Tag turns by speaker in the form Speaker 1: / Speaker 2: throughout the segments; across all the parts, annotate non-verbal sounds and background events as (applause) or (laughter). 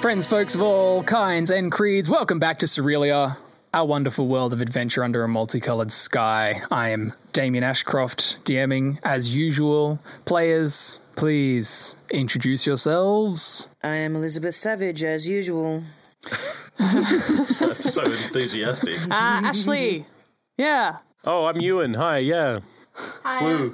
Speaker 1: Friends, folks of all kinds and creeds, welcome back to Cerealia, our wonderful world of adventure under a multicolored sky. I am Damien Ashcroft, DMing as usual. Players, please introduce yourselves.
Speaker 2: I am Elizabeth Savage, as usual.
Speaker 3: That's so enthusiastic.
Speaker 4: Uh, Ashley. Yeah.
Speaker 5: Oh, I'm Ewan. Hi, yeah.
Speaker 6: Hi.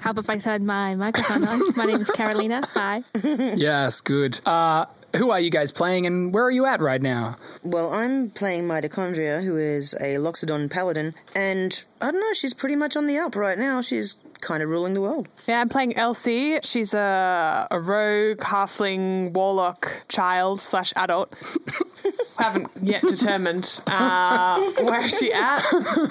Speaker 6: Help if I turn my microphone on. My name is Carolina. (laughs) Hi.
Speaker 1: Yes, good. Uh, who are you guys playing and where are you at right now?
Speaker 2: Well, I'm playing Mitochondria, who is a Loxodon paladin, and I don't know, she's pretty much on the up right now. She's kind of ruling the world.
Speaker 4: Yeah, I'm playing Elsie. She's a, a rogue, halfling, warlock, child slash adult. Haven't yet determined uh, where she at.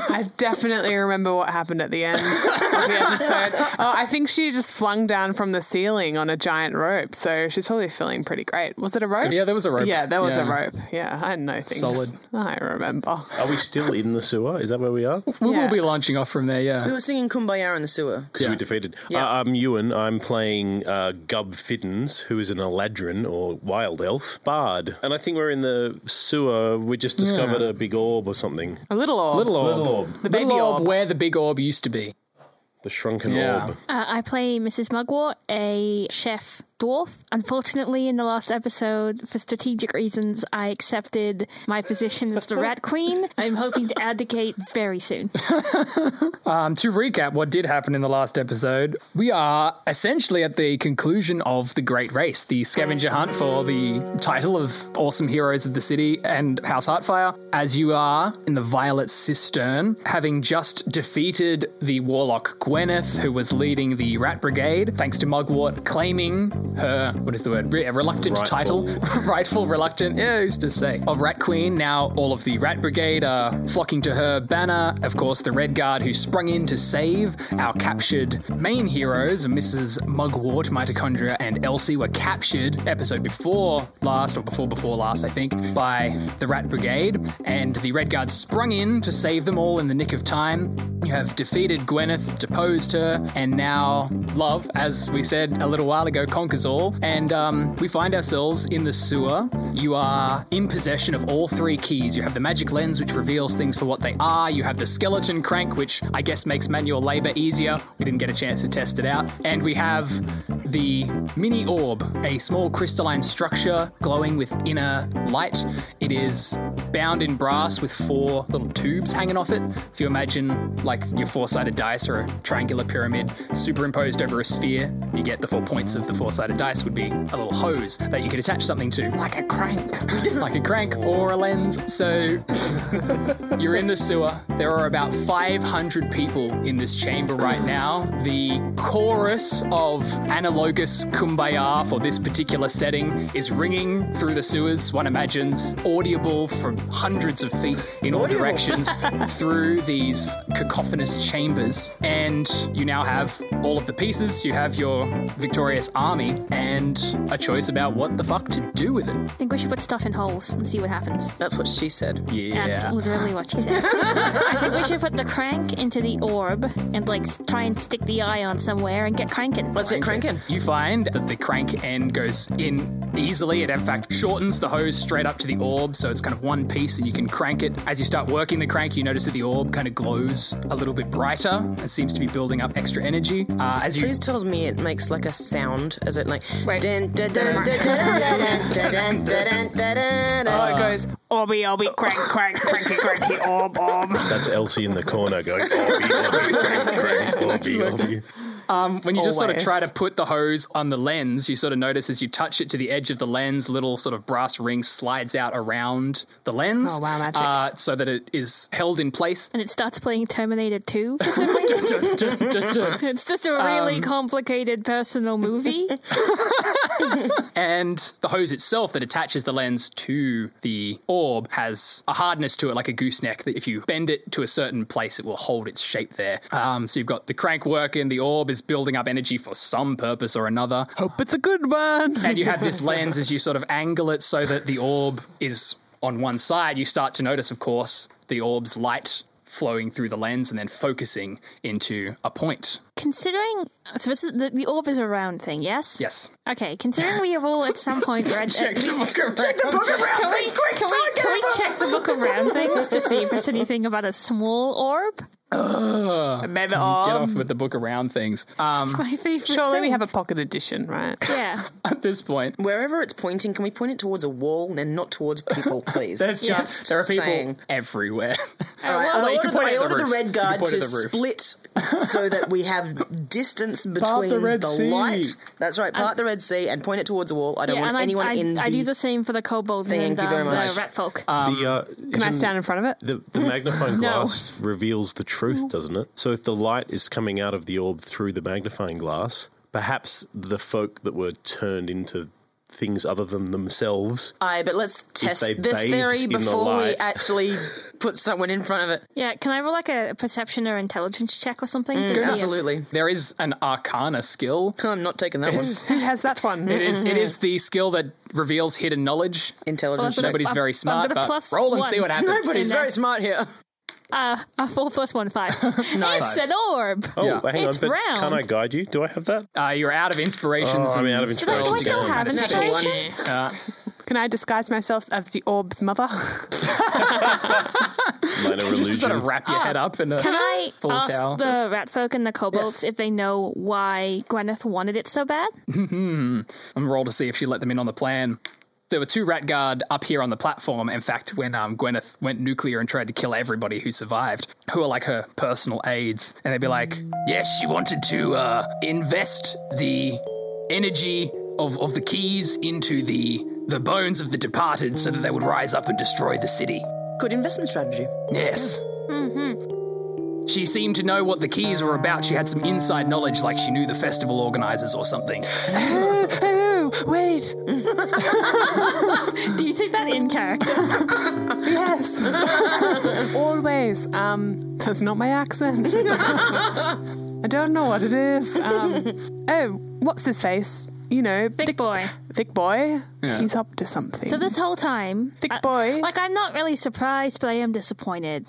Speaker 4: I definitely remember what happened at the end of the episode. Oh, I think she just flung down from the ceiling on a giant rope, so she's probably feeling pretty great. Was it a rope?
Speaker 1: Yeah, there was a rope.
Speaker 4: Yeah, there was a
Speaker 1: Yeah.
Speaker 4: rope. Yeah, I know things.
Speaker 1: Solid.
Speaker 4: I remember.
Speaker 5: Are we still in the sewer? Is that where we are? Because
Speaker 1: We
Speaker 4: Yeah.
Speaker 1: will be launching off from there, yeah.
Speaker 2: We were singing Kumbaya in the sewer.
Speaker 5: we defeated.
Speaker 2: Yeah.
Speaker 5: Uh, I'm Ewan. I'm playing uh, Gub Fiddens, who is an Eladrin or wild elf bard. And I think we're in the sewer. We just discovered a big orb or something.
Speaker 4: A little orb.
Speaker 1: Little orb.
Speaker 5: Little orb.
Speaker 1: The big
Speaker 4: baby
Speaker 1: orb,
Speaker 4: orb.
Speaker 1: where the big orb used to be.
Speaker 5: The shrunken
Speaker 1: Yeah.
Speaker 5: orb.
Speaker 6: Uh, I play Mrs. Mugwort, a chef dwarf. Unfortunately, in the last episode, for strategic reasons, I accepted my position as the Rat Queen. I'm hoping to abdicate very soon.
Speaker 1: Um, to recap what did happen in the last episode, we are essentially at the conclusion of the Great Race, the scavenger hunt for the title of Awesome Heroes of the City and House Heartfire, as you are in the Violet Cistern, having just defeated the warlock Gwyneth, who was leading the Rat Brigade, thanks to Mugwort claiming her, what is the word, Re- a reluctant title
Speaker 5: Rightful.
Speaker 1: (laughs) rightful reluctant, yeah, who's to say, of Rat Queen. Now all of the Rat Brigade are flocking to her banner. Of course, the Red Guard who sprung in to save our captured main heroes, Mrs. Mugwort, Mitochondria, and Elsie, were captured episode before last, or before before last, I think, by the Rat Brigade. And the Red Guard sprung in to save them all in the nick of time. You have defeated Gwyneth, deposed her, and now love, as we said a little while ago, conquers all. And um, we find ourselves in the sewer. You are in possession of all three keys. You have the magic lens, which reveals things for what they are. You have the skeleton crank, which I guess makes manual labor easier. We didn't get a chance to test it out. And we have the mini orb, a small crystalline structure glowing with inner light. It is bound in brass with four little tubes hanging off it. If you imagine like your four sided dice or a triangular pyramid superimposed over a sphere, you get the four points of the four sided dice would be a little hose that you could attach something to, like a crank, (laughs) like a crank or a lens. So you're in the sewer. There are about 500 people in this chamber right now. The chorus of analogous kumbaya for this particular setting is ringing through the sewers, one imagines, audible from hundreds of feet in all
Speaker 2: Audible.
Speaker 1: directions through these cacophonous chambers. And you now have all of the pieces. You have your victorious army and a choice about what the fuck to do with it.
Speaker 6: I think we should put stuff in holes and see what happens.
Speaker 2: That's what she said.
Speaker 1: Yeah.
Speaker 6: That's literally what she said. I think we should put the crank into the orb and like s- try and stick the eye on somewhere and get cranking.
Speaker 2: Let's get cranking.
Speaker 1: You find that the crank end goes in easily. It, in fact, shortens the hose straight up to the orb, so it's kind of one piece and you can crank it. As you start working the crank, you notice that the orb kind of glows a little bit brighter. It seems to be building up extra energy. Uh, as you
Speaker 2: Please tells me it makes like a sound, as it like. Dun, dun, dun, dun, dun, dun, dun, dun, dun, dun,
Speaker 4: Oh,
Speaker 2: dun.
Speaker 4: it goes orby, orby, crank, crank, cranky, cranky, orb, orb.
Speaker 5: That's Elsie in the corner going, "Orby,
Speaker 4: (laughs)
Speaker 5: orby, crank, crank, orby, orby."
Speaker 1: when you just sort of
Speaker 4: Always.
Speaker 1: try to put the hose on the lens, you sort of notice as you touch it to the edge of the lens, little sort of brass ring slides out around the lens.
Speaker 4: Oh, wow, magic.
Speaker 1: Uh, so that it is held in place.
Speaker 6: And it starts playing Terminator 2 for some reason.
Speaker 1: (laughs) Dun, dun, dun, dun.
Speaker 6: It's just a really complicated personal movie.
Speaker 1: and the hose itself that attaches the lens to the orb has a hardness to it like a gooseneck that if you bend it to a certain place it will hold its shape there um, so you've got the crank working the orb is building up energy for some purpose or another
Speaker 4: Hope it's a good one.
Speaker 1: and you have (laughs) this lens as you sort of angle it so that the orb is on one side you start to notice of course the orb's light flowing through the lens and then focusing into a point.
Speaker 6: (laughs) Considering so this is the, the orb is a round thing, yes?
Speaker 1: Yes.
Speaker 6: Okay, considering we have all at some point read
Speaker 1: Check
Speaker 6: at
Speaker 1: the
Speaker 6: least
Speaker 1: book around.
Speaker 6: can we, can we, can we check the book of round things to see if it's anything about a small orb?
Speaker 4: Maybe
Speaker 1: Get
Speaker 4: all.
Speaker 1: off with the book around things.
Speaker 6: It's
Speaker 1: Um,
Speaker 6: my favorite.
Speaker 4: Surely we
Speaker 6: thing.
Speaker 4: have a pocket edition, right?
Speaker 6: Yeah.
Speaker 1: at this point,
Speaker 2: Wherever it's pointing, can we point it towards a wall and not towards people, (laughs) please?
Speaker 1: there's
Speaker 6: Yeah.
Speaker 1: just there are people
Speaker 2: Saying.
Speaker 1: (laughs) everywhere.
Speaker 2: All right,
Speaker 1: well, oh,
Speaker 2: I
Speaker 1: you can point
Speaker 2: ordered, the,
Speaker 1: at
Speaker 2: I
Speaker 1: the
Speaker 2: ordered the
Speaker 1: roof. You
Speaker 2: red
Speaker 1: can
Speaker 2: guard
Speaker 1: point
Speaker 2: to
Speaker 1: at the roof.
Speaker 2: split so that we have distance between
Speaker 1: the
Speaker 2: the,
Speaker 1: Red Sea.
Speaker 2: light. That's right, part the Red Sea and point it towards a wall. I don't
Speaker 6: yeah,
Speaker 2: want
Speaker 6: and I,
Speaker 2: anyone
Speaker 6: I,
Speaker 2: in
Speaker 6: I do
Speaker 2: the.
Speaker 6: the same for the kobolds
Speaker 2: Thank
Speaker 6: and
Speaker 2: you
Speaker 6: um,
Speaker 2: very much.
Speaker 6: the rat folk.
Speaker 5: the, uh,
Speaker 4: Can I
Speaker 5: isn't-
Speaker 4: stand in front of (laughs) it?
Speaker 5: The, the magnifying
Speaker 6: (laughs) No.
Speaker 5: glass reveals the truth, doesn't it? So if the light is coming out of the orb through the magnifying glass, perhaps the folk that were turned into things other than themselves.
Speaker 2: Aye, but let's test
Speaker 5: they
Speaker 2: this
Speaker 5: bathed
Speaker 2: theory
Speaker 5: in the
Speaker 2: before we
Speaker 5: light.
Speaker 1: (laughs)
Speaker 2: actually put someone in front of it.
Speaker 6: yeah, can I roll like a perception or intelligence check or something?
Speaker 2: Mm,
Speaker 6: to see if-
Speaker 2: Absolutely.
Speaker 1: there is an arcana skill.
Speaker 2: I'm not taking that one.
Speaker 1: It's-
Speaker 4: Who has that one?
Speaker 1: It is it is the skill that reveals hidden knowledge.
Speaker 2: Intelligence
Speaker 6: Well,
Speaker 2: check.
Speaker 6: I've got
Speaker 1: Nobody's
Speaker 6: I've-
Speaker 1: very
Speaker 6: I've
Speaker 1: smart,
Speaker 6: got a
Speaker 1: but
Speaker 6: plus
Speaker 1: roll and see
Speaker 6: one.
Speaker 1: what happens.
Speaker 2: (laughs) Nobody's
Speaker 6: in there.
Speaker 2: very smart here.
Speaker 6: Uh, a four plus one, five.
Speaker 2: Nice.
Speaker 6: It's an orb.
Speaker 5: Oh,
Speaker 1: Yeah.
Speaker 5: hang
Speaker 6: It's
Speaker 5: on, but
Speaker 6: round.
Speaker 5: can't I guide you? Do I have that?
Speaker 1: (laughs) Uh, you're out of inspirations.
Speaker 5: Oh, I'm
Speaker 1: and
Speaker 5: out of
Speaker 1: spells
Speaker 5: inspirations.
Speaker 1: and
Speaker 5: Do I still
Speaker 1: stuff.
Speaker 6: have
Speaker 1: Natural one. Uh,
Speaker 4: Can I disguise myself as the orb's mother? (laughs)
Speaker 5: Minor
Speaker 6: (laughs)
Speaker 1: you just sort
Speaker 5: illusion.
Speaker 1: of wrap your head up and.
Speaker 6: Can (laughs) I
Speaker 1: Full
Speaker 6: ask
Speaker 1: towel.
Speaker 6: the rat folk and the
Speaker 1: Yes.
Speaker 6: kobolds if they know why Gwyneth wanted it so bad? (laughs)
Speaker 1: and roll to see if she let them in on the plan. There were two rat guard up here on the platform. In fact, when um, Gwyneth went nuclear and tried to kill everybody who survived, who are like her personal aides, and they'd be like, "Yes, she wanted to uh, invest the energy of, of the keys into the the bones of the departed, so that they would rise up and destroy the city."
Speaker 2: Good investment strategy.
Speaker 1: Yes. Mm-hmm. She seemed to know what the keys were about. She had some inside knowledge, like she knew the festival organizers or something.
Speaker 4: oh, wait.
Speaker 6: Do you say that in character?
Speaker 4: Yes. Always. Um, that's not my accent. I don't know what it is. Um, oh, what's his face? You know,
Speaker 6: Big boy.
Speaker 4: Thick boy.
Speaker 1: Yeah.
Speaker 4: He's up to something.
Speaker 6: (laughs) So this whole time,
Speaker 4: Thick
Speaker 6: I-
Speaker 4: boy.
Speaker 6: like I'm not really surprised, but I am (laughs) disappointed.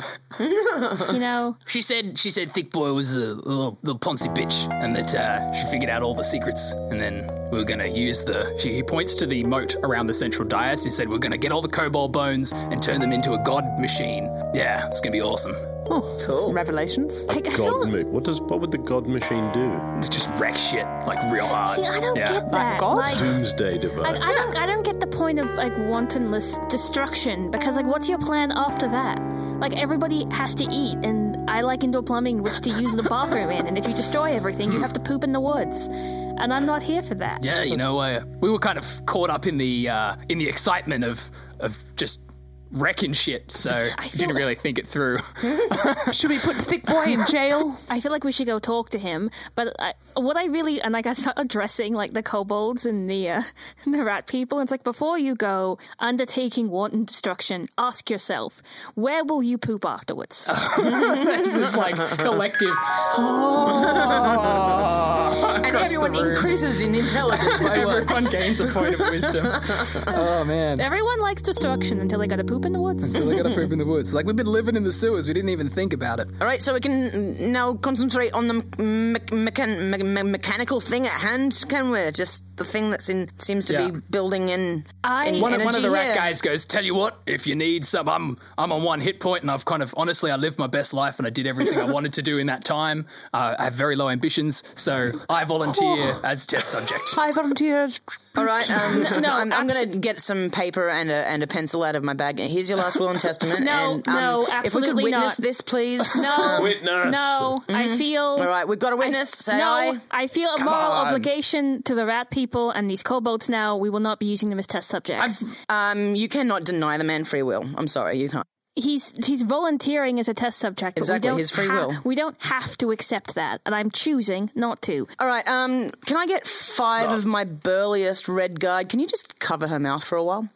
Speaker 6: you know,
Speaker 1: She said she said Thick Boy was a little, little poncy bitch, and that uh, she figured out all the secrets, and then we were gonna use the. She he points to the moat around the central dais. He said we're gonna get all the kobold bones and turn them into a god machine. Yeah, it's gonna be awesome.
Speaker 4: oh,
Speaker 2: Cool.
Speaker 4: revelations.
Speaker 6: I, I
Speaker 5: God
Speaker 6: feel.
Speaker 5: mo- What does what would the God machine do?
Speaker 1: It's just wreck shit like real hard.
Speaker 6: See, I don't
Speaker 1: Yeah.
Speaker 6: get that.
Speaker 4: God?
Speaker 6: Like,
Speaker 5: Doomsday
Speaker 6: I,
Speaker 5: device.
Speaker 6: I don't. I don't get the point of like wantonless destruction because like, what's your plan after that? Like everybody has to eat, and I like indoor plumbing, which to use the bathroom in. And if you destroy everything, you have to poop in the woods, and I'm not here for that.
Speaker 1: Yeah, you know, uh, we were kind of caught up in the uh, in the excitement of of just wrecking shit, so didn't
Speaker 6: feel-
Speaker 1: really think it through.
Speaker 4: Should we put Thick boy in jail?
Speaker 6: I feel like we should go talk to him. But I, what I really and like I start (laughs) addressing like the kobolds and the uh, (laughs) the rat people. It's like before you go undertaking wanton destruction, ask yourself where will you poop afterwards.
Speaker 1: There's (laughs) this like collective. (laughs)
Speaker 2: And
Speaker 1: Ah. Across the
Speaker 2: everyone
Speaker 1: room. (laughs)
Speaker 2: increases in intelligence by one.
Speaker 1: Everyone gains a point of (laughs) wisdom. Oh man.
Speaker 6: Everyone likes destruction until they got to poop in
Speaker 1: (laughs)
Speaker 6: the woods.
Speaker 1: Till they gotta poop in the woods. Like we've been living in the sewers, we didn't even think about it.
Speaker 2: All right, so we can mm, now concentrate on the me- mechan- me- me- mechanical thing at hand, can we? Just the thing that's in seems to
Speaker 1: Yeah.
Speaker 2: be building in.
Speaker 6: I-
Speaker 2: in
Speaker 6: One
Speaker 1: One, of- one of
Speaker 2: energy
Speaker 1: the rat
Speaker 2: here.
Speaker 1: guys goes, "Tell you what, if you need some, I'm I'm on one hit point, and I've kind of honestly, I lived my best life, and I did everything (laughs) I wanted to do in that time. Uh, I have very low ambitions, so I (laughs) volunteer as test subject.
Speaker 4: I volunteered.
Speaker 2: All right, um,
Speaker 6: (laughs) no,
Speaker 2: I'm, I'm going to
Speaker 6: abs-
Speaker 2: get some paper and a, and a pencil out of my bag. Here's your last will and testament.
Speaker 6: (laughs) No,
Speaker 2: and, um,
Speaker 6: no,
Speaker 2: If we
Speaker 6: absolutely
Speaker 2: could witness
Speaker 6: not.
Speaker 2: this, please.
Speaker 6: (laughs) No,
Speaker 5: Witness.
Speaker 6: No, I feel.
Speaker 2: All right, we've got a witness.
Speaker 6: I-
Speaker 2: Say
Speaker 6: no,
Speaker 2: aye.
Speaker 6: I feel a moral
Speaker 1: on.
Speaker 6: obligation to the rat people and these kobolds. Now we will not be using them as test subjects.
Speaker 2: Um, you cannot deny the man free will. I'm sorry, you can't.
Speaker 6: he's he's volunteering as a test subject. But
Speaker 2: Exactly,
Speaker 6: we don't
Speaker 2: his free will.
Speaker 6: We don't have to accept that, and I'm choosing not to.
Speaker 2: All right, um, can I get five of my burliest red guard? Can you just cover her mouth for a while?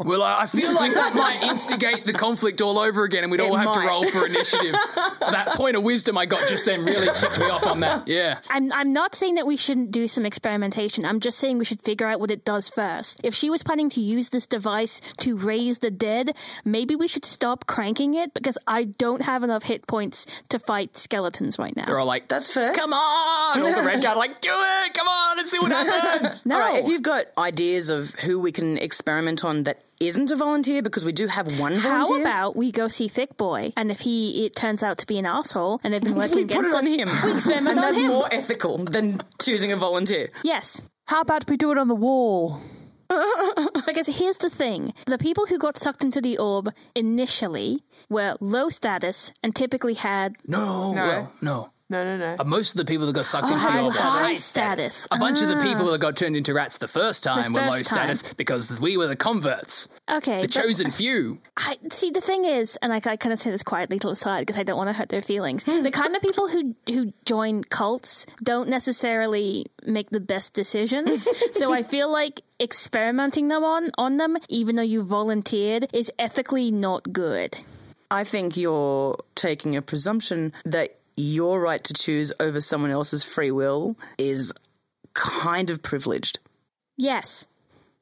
Speaker 1: Well, I I feel like that might instigate the conflict all over again, and we'd all
Speaker 2: It
Speaker 1: have to
Speaker 2: might.
Speaker 1: roll for initiative. that point of wisdom I got just then really ticked me off on that. Yeah.
Speaker 6: I'm, I'm not saying that we shouldn't do some experimentation. I'm just saying we should figure out what it does first. If she was planning to use this device to raise the dead, maybe we should stop cranking it because I don't have enough hit points to fight skeletons right now.
Speaker 1: They're all like,
Speaker 2: That's fair.
Speaker 1: Come on! All the red guard are like, do it! Come on, let's see what
Speaker 6: (laughs)
Speaker 1: happens!
Speaker 6: no,
Speaker 2: All right, if you've got ideas of who we can experiment on that isn't a volunteer, because we do have one
Speaker 6: how
Speaker 2: volunteer.
Speaker 6: about we go see Thick Boy, and if he it turns out to be an asshole, and they've been
Speaker 2: (laughs)
Speaker 6: working
Speaker 2: we
Speaker 6: against
Speaker 2: put it on him?
Speaker 6: we experiment
Speaker 2: and
Speaker 6: on
Speaker 2: that's
Speaker 6: him.
Speaker 2: more ethical than choosing a volunteer.
Speaker 6: yes,
Speaker 4: How about we do it on the wall?
Speaker 6: Because here's the thing the people who got sucked into the orb initially were low status and typically had
Speaker 1: No,
Speaker 4: No.
Speaker 1: well, no.
Speaker 4: No, no, no.
Speaker 1: Uh, Most of the people that got sucked into the
Speaker 6: Oh, high
Speaker 1: orb were
Speaker 6: status.
Speaker 1: high
Speaker 6: High
Speaker 1: status. Uh,
Speaker 6: status.
Speaker 1: A bunch of the people that got turned into rats the first time were
Speaker 6: first
Speaker 1: low
Speaker 6: time.
Speaker 1: status because we were the converts,
Speaker 6: okay.
Speaker 1: the
Speaker 6: but
Speaker 1: chosen few.
Speaker 6: I, see, the thing is, and I, I kind of say this quietly to the side because I don't want to hurt their feelings.
Speaker 1: Hmm.
Speaker 6: the kind of people who who join cults don't necessarily make the
Speaker 1: (laughs)
Speaker 6: best decisions. so I feel like experimenting them on on them, even though you volunteered, is ethically not good.
Speaker 2: I think you're taking a presumption that your right to choose over someone else's free will is kind of privileged.
Speaker 6: Yes,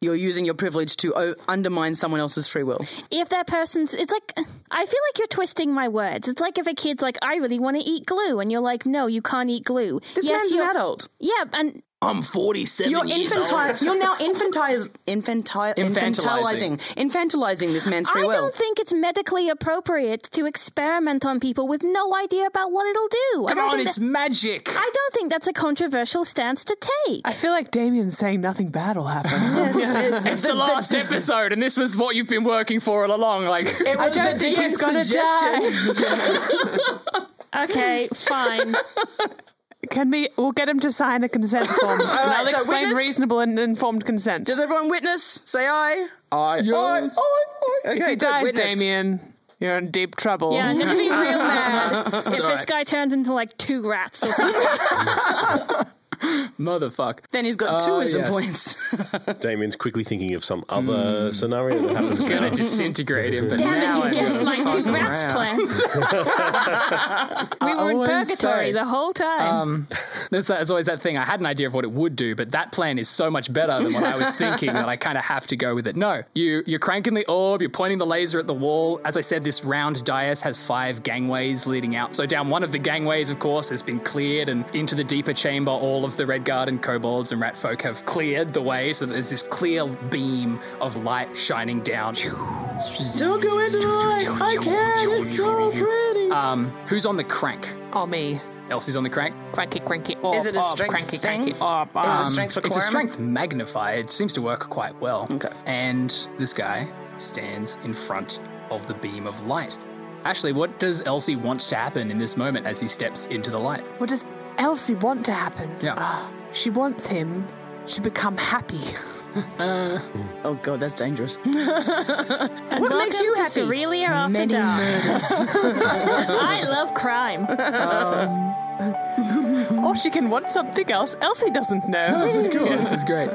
Speaker 2: You're using your privilege to o- undermine someone else's free will.
Speaker 6: if that person's it's like i feel like you're twisting my words it's like if a kid's like i really want to eat glue and you're like no you can't eat glue
Speaker 2: This man's an
Speaker 6: you're-
Speaker 2: adult.
Speaker 6: yeah and
Speaker 1: I'm 47
Speaker 2: You're
Speaker 1: years
Speaker 2: infantile. (laughs) You're now infantile, infantile,
Speaker 1: Infantilizing.
Speaker 2: infantilizing, infantilizing this man's free
Speaker 6: i
Speaker 2: will.
Speaker 6: don't think it's medically appropriate to experiment on people with no idea about what it'll do I
Speaker 1: old. Come
Speaker 6: don't
Speaker 1: on,
Speaker 6: think
Speaker 1: it's
Speaker 6: that-
Speaker 1: magic!
Speaker 6: I don't think that's a controversial stance to take.
Speaker 4: I feel like Damien's saying nothing bad will
Speaker 2: (laughs)
Speaker 4: happen.
Speaker 2: Yes, it's,
Speaker 1: It's the
Speaker 6: (laughs)
Speaker 1: last episode, and this was what you've been working for all along. Like,
Speaker 2: It was the deepest
Speaker 4: gonna
Speaker 2: suggestion.
Speaker 6: Okay, (laughs) fine.
Speaker 4: Can we? We'll get him to sign a consent
Speaker 2: (laughs)
Speaker 4: form, and I'll
Speaker 2: so
Speaker 4: explain
Speaker 2: witness-
Speaker 4: reasonable and informed consent.
Speaker 2: Does everyone witness? Say aye.
Speaker 1: I,
Speaker 2: Aye. aye, aye. Okay,
Speaker 4: if he
Speaker 2: good,
Speaker 4: dies,
Speaker 2: witnessed.
Speaker 4: Damien, you're in deep trouble.
Speaker 6: Yeah, I'm gonna be real
Speaker 1: (laughs)
Speaker 6: mad if
Speaker 1: all
Speaker 6: this
Speaker 1: right.
Speaker 6: guy turns into like two rats (laughs) or something.
Speaker 1: motherfucker.
Speaker 2: Then he's got two
Speaker 1: Oh,
Speaker 2: wisdom
Speaker 1: yes.
Speaker 2: points.
Speaker 5: Damien's quickly thinking of some other scenario that
Speaker 6: (laughs)
Speaker 5: happens
Speaker 1: Gonna
Speaker 5: now.
Speaker 1: disintegrate him, but now
Speaker 6: Damn
Speaker 1: I
Speaker 6: it, you guessed
Speaker 1: know.
Speaker 6: my two
Speaker 1: Fucking
Speaker 6: rats
Speaker 1: rat.
Speaker 6: plan. we were in
Speaker 1: always say.
Speaker 6: purgatory
Speaker 1: uh,
Speaker 6: the whole time.
Speaker 1: There's, there's always that thing. I had an idea of what it would do, but that plan is so much better than what I was thinking that I kind of have to go with it. No, you you're cranking the orb. You're pointing the laser at the wall. As I said, this round dais has five gangways leading out. So down one of the gangways, of course, has been cleared, and into the deeper chamber, all of the red guard and kobolds and rat folk have cleared the way. So there's this clear beam of light shining down.
Speaker 2: Don't go into the light. I can't. It's so pretty.
Speaker 1: Who's on the crank?
Speaker 4: Oh me,
Speaker 1: Elsie's on the crank.
Speaker 4: cranky, cranky. Orb,
Speaker 2: Is it a
Speaker 4: orb,
Speaker 2: strength
Speaker 4: cranky,
Speaker 2: thing?
Speaker 4: Cranky, oh. orb,
Speaker 2: Is it
Speaker 4: orb.
Speaker 2: a strength
Speaker 1: Um, It's
Speaker 2: requirement?
Speaker 1: a strength magnifier. It seems to work quite well.
Speaker 2: Okay.
Speaker 1: And this guy stands in front of the beam of light. Ashley, what does Elsie want to happen in this moment as he steps into the light?
Speaker 4: What does Elsie want to happen?
Speaker 1: Yeah.
Speaker 4: Ah, she wants him to become happy.
Speaker 2: Oh god, that's dangerous. (laughs)
Speaker 6: And
Speaker 2: What makes you
Speaker 6: welcome
Speaker 2: happy?
Speaker 6: to Cerealia after
Speaker 2: Many
Speaker 6: dark. (laughs) I love crime.
Speaker 4: or she can want something else Elsie doesn't know.
Speaker 1: (laughs) is cool. This is great.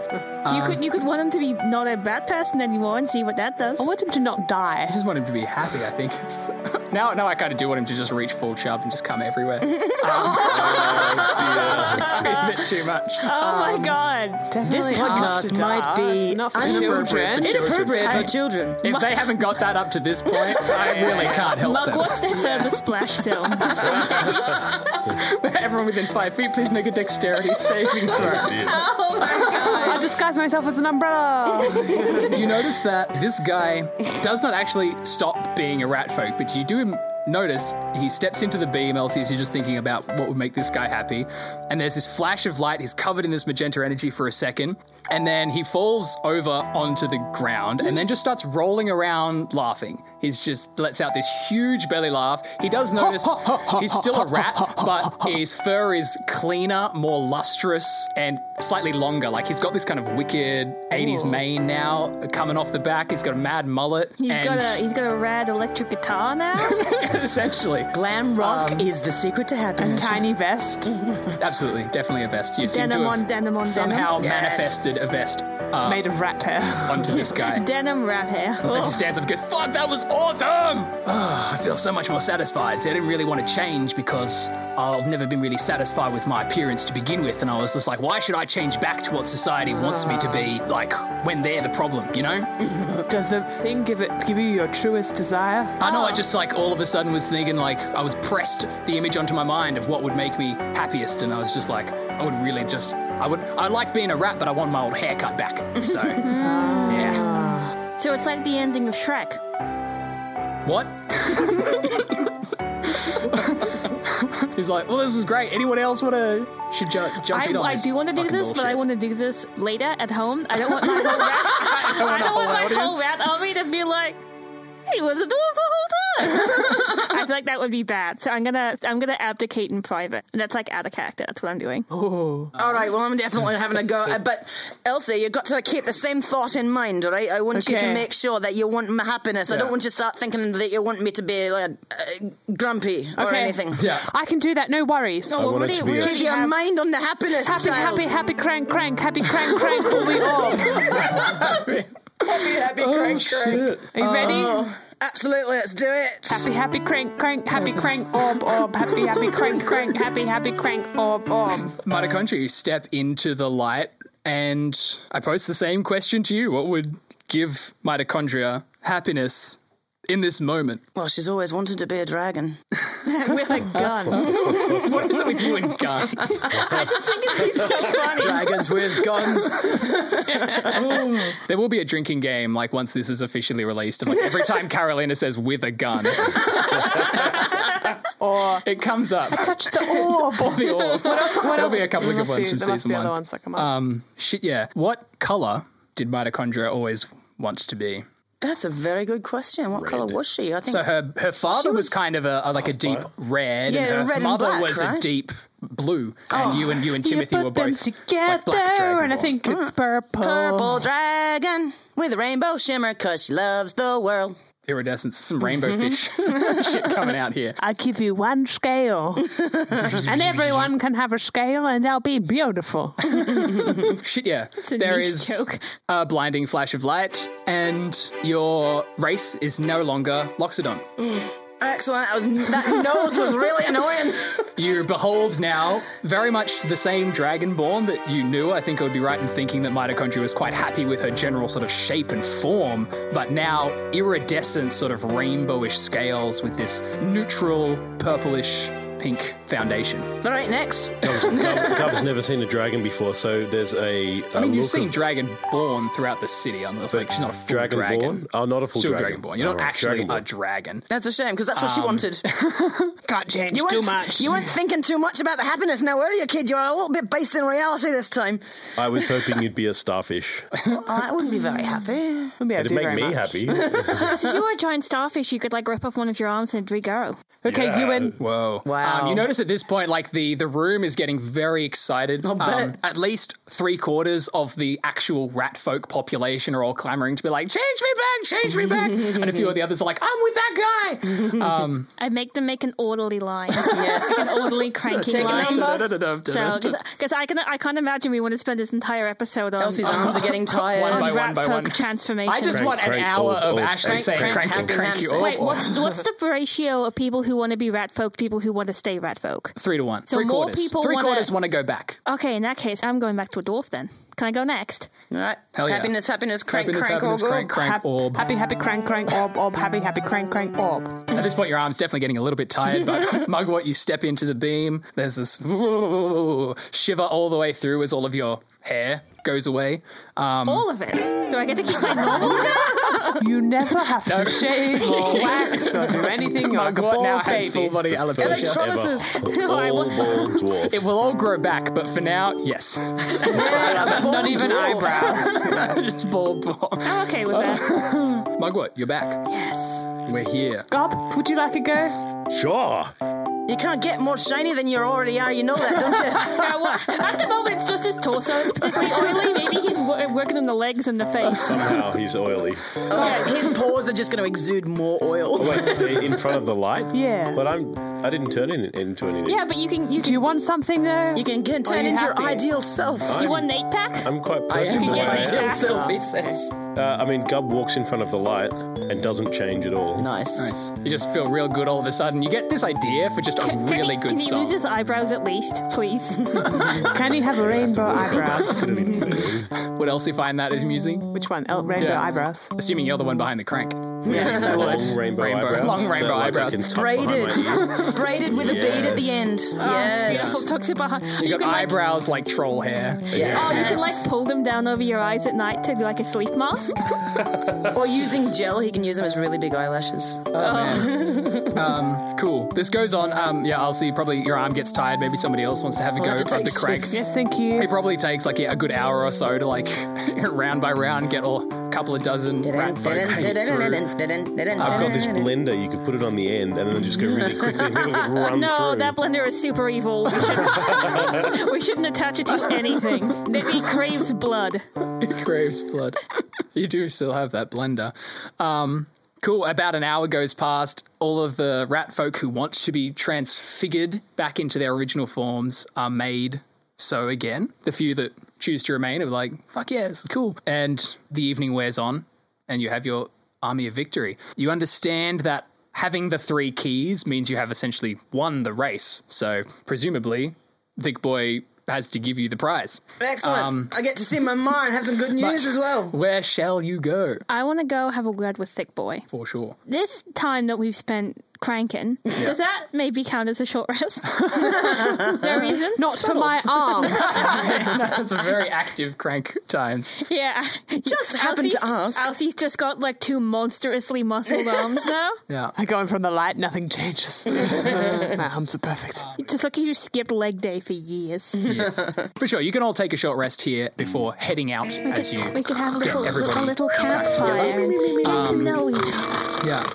Speaker 6: you could you could want him to be not a bad person anymore and see what that does.
Speaker 4: I want him to not die.
Speaker 1: I just want him to be happy. I think it's (laughs) now. Now I kind of do want him to just reach full chub and just come everywhere. Um, (laughs) oh dear, just a bit too much.
Speaker 6: oh my god!
Speaker 4: Definitely
Speaker 2: podcast
Speaker 4: after
Speaker 2: might
Speaker 4: dark.
Speaker 2: be
Speaker 4: not for
Speaker 2: inappropriate
Speaker 1: for
Speaker 4: children.
Speaker 1: children.
Speaker 2: Inappropriate for children.
Speaker 1: If they haven't got that up to this point, I really can't help
Speaker 6: Mug,
Speaker 1: them.
Speaker 6: what steps out of the splash zone? Just in case.
Speaker 1: (laughs) Everyone within five feet, please make a dexterity saving throw.
Speaker 6: (laughs)
Speaker 4: I'll disguise myself as
Speaker 1: (laughs)
Speaker 4: an umbrella.
Speaker 1: You notice that this guy does not actually stop being a rat folk, but you do m- notice he steps into the beam, else he's just thinking about what would make this guy happy. And there's this flash of light, he's covered in this magenta energy for a second, and then he falls over onto the ground and then just starts rolling around laughing. He's just lets out this huge belly laugh. He does notice he's still a rat, but his fur is cleaner, more lustrous, and slightly longer. Like he's got this kind of wicked 80s mane now coming off the back. He's got a mad mullet.
Speaker 6: He's
Speaker 1: and
Speaker 6: got a he's got a rad electric guitar now.
Speaker 1: (laughs) essentially.
Speaker 2: Glam rock is the secret to happiness.
Speaker 4: Tiny vest.
Speaker 1: Absolutely, definitely a vest. You seem
Speaker 6: Denim
Speaker 1: to have
Speaker 6: on denim on
Speaker 1: somehow
Speaker 2: denim. Yes.
Speaker 1: manifested a vest uh,
Speaker 4: made of rat hair.
Speaker 1: onto this
Speaker 6: (laughs)
Speaker 1: guy.
Speaker 6: Denim rat hair.
Speaker 1: As he stands up and goes, Fuck, that was awesome! Ugh, (sighs) I feel so much more satisfied. See, I didn't really want to change because I've never been really satisfied with my appearance to begin with. And I was just like, Why should I change back to what society wants me to be, like, when they're the problem, you know?
Speaker 4: Does the thing give it give you your
Speaker 1: (laughs)
Speaker 4: truest desire?
Speaker 1: I know I just, like, all of a sudden was thinking, like, I was pressed the image onto my mind of what would make me happiest. And I was just like, I would really just, I would, I like being a rat, but I want my old haircut back. (laughs) So, yeah.
Speaker 6: So it's like the ending of Shrek.
Speaker 1: What? He's like, well, this is great. Anyone else want to should ju- jump
Speaker 6: I,
Speaker 1: in on
Speaker 6: I
Speaker 1: this
Speaker 6: do want to do
Speaker 1: fucking
Speaker 6: this, but I
Speaker 1: bullshit?
Speaker 6: want to do this later at home. I don't want my whole rat. I don't want my whole rat army to be like, he was a dwarf the whole time. I feel like that would be bad. So I'm gonna I'm gonna abdicate in private. And that's like out of character. That's what I'm doing.
Speaker 4: Oh,
Speaker 1: Oh.
Speaker 2: All right, well, I'm definitely having a go.
Speaker 1: (laughs)
Speaker 2: Uh, But, Elsie, you've got to keep the same thought in mind, all right? I want you to
Speaker 4: Okay.
Speaker 2: make sure that you want my happiness. I
Speaker 1: Yeah.
Speaker 2: don't want you to start thinking that you want me to be like, uh, grumpy or
Speaker 4: Okay.
Speaker 2: anything.
Speaker 1: Yeah.
Speaker 4: I can do that. No worries.
Speaker 5: I want it to be a-
Speaker 2: Keep (laughs) your mind on the happiness,
Speaker 4: Happy,
Speaker 2: child.
Speaker 4: happy, happy, crank, crank, happy, crank, crank, all we all.
Speaker 1: (laughs) Oh,
Speaker 2: happy, happy, crank,
Speaker 5: Shit.
Speaker 4: Are you ready?
Speaker 2: Absolutely, let's do it.
Speaker 4: Happy, happy, crank, crank, happy, crank, orb, orb, happy, happy, crank, crank, happy, happy, crank, orb, orb.
Speaker 1: Mitochondria, you step into the light, and I pose the same question to you: What would give mitochondria happiness in this moment?
Speaker 2: Well, she's always wanted to be a dragon.
Speaker 6: With a gun.
Speaker 1: What is it with you and guns?
Speaker 6: I just think it'd be
Speaker 2: (laughs)
Speaker 6: so funny.
Speaker 2: Dragons with guns.
Speaker 1: There will be a drinking game, like once this is officially released, of like every time Carolina says "with a gun," or it comes up.
Speaker 4: Touch the orb.
Speaker 1: Or (laughs) the orb.
Speaker 4: What
Speaker 1: There'll
Speaker 4: else?
Speaker 1: be a couple of
Speaker 4: There
Speaker 1: good
Speaker 4: must
Speaker 1: ones
Speaker 4: be-
Speaker 1: from
Speaker 4: there must
Speaker 1: season
Speaker 4: be other
Speaker 1: one. Uh,
Speaker 4: ones that come up.
Speaker 1: Shit, yeah. What color did mitochondria always want to be?
Speaker 2: That's a very good question. What color was she? I think
Speaker 1: So her her father was,
Speaker 2: was-
Speaker 1: kind of a, a- like a deep red,
Speaker 2: Yeah,
Speaker 1: and her
Speaker 2: red and
Speaker 1: mother
Speaker 2: black,
Speaker 1: was a
Speaker 2: right?
Speaker 1: deep blue. And you and you and Timothy
Speaker 4: you
Speaker 1: were
Speaker 4: put them
Speaker 1: both
Speaker 4: together,
Speaker 1: like black dragon
Speaker 4: and I
Speaker 1: ball.
Speaker 4: think it's purple.
Speaker 2: purple dragon with a rainbow shimmer because she loves the world.
Speaker 1: iridescence, some rainbow fish
Speaker 6: Mm-hmm.
Speaker 1: (laughs) shit coming out here.
Speaker 6: Uh,
Speaker 4: I'll give you
Speaker 1: (laughs)
Speaker 4: one scale, and everyone can have a scale, and they'll be beautiful.
Speaker 1: Shit, yeah.
Speaker 6: a
Speaker 1: There
Speaker 6: niche
Speaker 1: is
Speaker 6: joke.
Speaker 1: a blinding flash of light, and your race is no longer Loxodon.
Speaker 2: Excellent. That, was, that nose was really annoying.
Speaker 1: You behold now very much the same dragonborn that you knew. I think I would be right in thinking that Mitochondria was quite happy with her general sort of shape and form, but now iridescent, sort of rainbowish scales with this neutral purplish pink foundation.
Speaker 2: (laughs) All right, next.
Speaker 5: Cub- Cub's never seen a dragon before, so there's a.
Speaker 1: I mean, you've
Speaker 5: look
Speaker 1: seen
Speaker 5: of-
Speaker 1: dragonborn throughout the city. I'm just like, she's not a full
Speaker 5: Dragonborn?
Speaker 1: dragon.
Speaker 5: Oh, not a full
Speaker 1: Still
Speaker 5: dragon.
Speaker 1: dragonborn. You're not
Speaker 5: Oh, right.
Speaker 1: actually a
Speaker 5: Dragonborn.
Speaker 1: dragon.
Speaker 2: That's a shame because that's what she (laughs) wanted.
Speaker 4: Can't change
Speaker 2: You
Speaker 4: too
Speaker 2: weren't,
Speaker 4: much.
Speaker 2: you weren't thinking too much about the happiness now, were you, kid? You're a little bit based in reality this time.
Speaker 5: I was hoping you'd be a starfish.
Speaker 2: Oh, that wouldn't be very happy.
Speaker 4: Wouldn't be able
Speaker 5: It'd
Speaker 4: to do
Speaker 5: make
Speaker 4: very
Speaker 5: me
Speaker 4: much.
Speaker 5: happy.
Speaker 6: Since you were a giant starfish, you could like rip off one of your arms and it'd regrow.
Speaker 4: Okay,
Speaker 5: Yeah.
Speaker 4: you win.
Speaker 1: Whoa!
Speaker 2: Wow.
Speaker 1: Um, you notice at this point, like the the room is getting very excited. Um,
Speaker 2: bet.
Speaker 1: at least three quarters of the actual rat folk population are all clamoring to be like, "Change me back! Change me back!" and a few of the others are like, "I'm with that guy."
Speaker 6: I make them make an orderly line. Yes. an orderly cranky
Speaker 2: Take a
Speaker 6: line.
Speaker 2: number.
Speaker 6: So, because I can, I can't imagine we want to spend this entire episode on
Speaker 2: Elsie's
Speaker 6: (laughs)
Speaker 2: arms are (laughs) getting
Speaker 1: One
Speaker 2: tired.
Speaker 1: by
Speaker 6: on
Speaker 1: one
Speaker 6: rat
Speaker 1: by
Speaker 6: folk
Speaker 1: one.
Speaker 6: transformation.
Speaker 1: I just
Speaker 5: Crank,
Speaker 1: want an
Speaker 5: crank,
Speaker 1: hour
Speaker 5: orb,
Speaker 1: of
Speaker 5: orb,
Speaker 1: Ashley
Speaker 5: crank,
Speaker 1: saying,
Speaker 2: crank,
Speaker 1: "Cranky,
Speaker 2: happy
Speaker 1: cranky,
Speaker 2: Nancy."
Speaker 1: orb,
Speaker 6: Wait,
Speaker 1: orb."
Speaker 6: what's what's
Speaker 1: (laughs)
Speaker 6: the ratio of people who want to be rat folk, people who want to stay rat folk?
Speaker 1: Three to one.
Speaker 6: So
Speaker 1: three
Speaker 6: more
Speaker 1: quarters.
Speaker 6: people
Speaker 1: Three
Speaker 6: wanna-
Speaker 1: quarters want to go back.
Speaker 6: Okay, in that case, I'm going back to a dwarf then. Can I go next?
Speaker 2: All right.
Speaker 1: Hell yeah.
Speaker 2: Happiness, happiness, crank,
Speaker 1: Happiness,
Speaker 2: crank,
Speaker 1: happiness,
Speaker 2: all
Speaker 1: crank,
Speaker 2: good.
Speaker 1: crank,
Speaker 4: Hap-
Speaker 1: orb.
Speaker 4: Happy, happy, crank, crank, orb, orb. Happy, happy, crank, crank, orb.
Speaker 1: At this point, your arm's definitely getting a little bit tired, but (laughs) Mugwort, you step into the beam. There's this (laughs) shiver all the way through as all of your hair goes away. Um,
Speaker 6: All of it. Do I get
Speaker 1: (laughs)
Speaker 6: to keep my normal (laughs) hair?
Speaker 4: You never have to shave (laughs) or wax or do anything. You're like a
Speaker 1: Mugwort
Speaker 4: bald
Speaker 1: now
Speaker 4: baby.
Speaker 1: has full body alopecia.
Speaker 5: Ever.
Speaker 6: (laughs)
Speaker 2: Electrolysis.
Speaker 6: I
Speaker 1: Oh.
Speaker 5: All
Speaker 6: want-
Speaker 5: bald
Speaker 1: (laughs)
Speaker 5: dwarf.
Speaker 1: It will all grow back, but for now, yes.
Speaker 2: (laughs)
Speaker 1: (laughs)
Speaker 2: Not
Speaker 1: even
Speaker 2: eyebrows.
Speaker 1: (laughs) it's bald dwarf.
Speaker 6: I'm okay with that.
Speaker 1: Mugwort, you're back.
Speaker 6: Yes.
Speaker 1: We're here.
Speaker 4: Gob, would you like a go?
Speaker 5: Sure.
Speaker 2: You can't get more shiny than you already are. You know that, don't you?
Speaker 6: Yeah, well, at the moment, it's just his torso. It's particularly oily. Maybe he's wo- working on the legs and the face.
Speaker 5: Somehow he's oily.
Speaker 2: (laughs) yeah, (laughs) his paws are just going to exude more oil.
Speaker 5: Wait, in front of the light?
Speaker 4: Yeah.
Speaker 5: But I'm I didn't turn in, into anything.
Speaker 6: Yeah, but you can you
Speaker 4: Do
Speaker 6: can
Speaker 4: you want something though?
Speaker 2: You can, can turn
Speaker 4: you
Speaker 2: into your
Speaker 4: happy?
Speaker 2: ideal self.
Speaker 6: do one eight pack.
Speaker 5: I'm quite
Speaker 2: I (laughs)
Speaker 5: perfect.
Speaker 2: am
Speaker 5: the way
Speaker 2: my
Speaker 5: I,
Speaker 2: ideal
Speaker 5: am.
Speaker 2: self, he says.
Speaker 5: Uh, I mean, Gub walks in front of the light and doesn't change at all.
Speaker 2: Nice.
Speaker 1: Nice. You just feel real good all of a sudden. You get this idea for just a
Speaker 6: Can- can
Speaker 1: really
Speaker 6: he,
Speaker 1: good
Speaker 6: Can he
Speaker 1: song.
Speaker 6: lose his eyebrows at least,
Speaker 1: (laughs)
Speaker 6: please?
Speaker 4: Can he have a rainbow (laughs) eyebrows?
Speaker 1: What else you find that amusing?
Speaker 4: Which one? El- rainbow
Speaker 1: Yeah.
Speaker 4: eyebrows.
Speaker 1: Assuming you're the one behind the crank.
Speaker 2: Yes, I would.
Speaker 5: Long rainbow,
Speaker 1: Rainbow-
Speaker 5: eyebrows.
Speaker 1: long rainbow
Speaker 5: that, like, I
Speaker 1: eyebrows.
Speaker 5: can tuck behind my
Speaker 2: Braided.
Speaker 5: ear.
Speaker 2: Braided with a bead at the
Speaker 5: Yes.
Speaker 2: end.
Speaker 6: It's
Speaker 2: yes.
Speaker 6: (laughs) beautiful. Tucks it behind.
Speaker 1: You got
Speaker 6: can, like,
Speaker 1: eyebrows like troll hair.
Speaker 6: Oh, you can like pull them down over your eyes at night to do like a sleep mask.
Speaker 2: Or using gel, he can use them as really big eyelashes.
Speaker 1: Cool. This goes on. Um, yeah, I'll see. Probably your arm gets tired. Maybe somebody else wants to have a go
Speaker 2: have to
Speaker 1: at the
Speaker 2: take
Speaker 1: crank.
Speaker 2: sips.
Speaker 4: Yes, thank you.
Speaker 1: It probably takes like yeah, a good hour or so to like (laughs) round by round get all, a couple of dozen rat folk. through.
Speaker 5: I've
Speaker 2: (laughs)
Speaker 5: got this blender. You could put it on the end and then just go really quickly and it'll run
Speaker 6: No,
Speaker 5: through.
Speaker 6: that blender is super evil. We,
Speaker 2: (laughs)
Speaker 6: should, we shouldn't attach it to anything. That he craves blood.
Speaker 1: It craves blood. you do still have that blender. Um, cool. About an hour goes past. All of the rat folk who want to be transfigured back into their original forms are made so again. The few that choose to remain are like, fuck yeah, this is cool. And the evening wears on, and you have your army of victory. You understand that having the three keys means you have essentially won the race. So presumably, Thick Boy has to give you the prize.
Speaker 2: Excellent. I get to see my mind, have some good news as well.
Speaker 1: Where shall you go?
Speaker 6: I want to go have a word with Thick Boy.
Speaker 1: For
Speaker 6: (laughs)
Speaker 1: sure.
Speaker 6: This time that we've spent cranking, does that maybe count as a short rest?
Speaker 2: (laughs)
Speaker 6: no reason.
Speaker 4: Not for my arms.
Speaker 1: That's a very active crank times.
Speaker 6: Yeah.
Speaker 2: Just happened to ask.
Speaker 6: Elsie's just got like two monstrously muscled
Speaker 2: (laughs)
Speaker 6: arms now.
Speaker 1: Yeah.
Speaker 4: (laughs) I go in from the light, nothing (laughs) changes. my arms are perfect.
Speaker 6: Just like you skipped leg day for years.
Speaker 1: Yes. For sure. You can all take a short rest here before heading out as you.
Speaker 6: We could have a little,
Speaker 1: everybody
Speaker 6: a little campfire and get to
Speaker 2: Um,
Speaker 6: know each other.
Speaker 1: Yeah.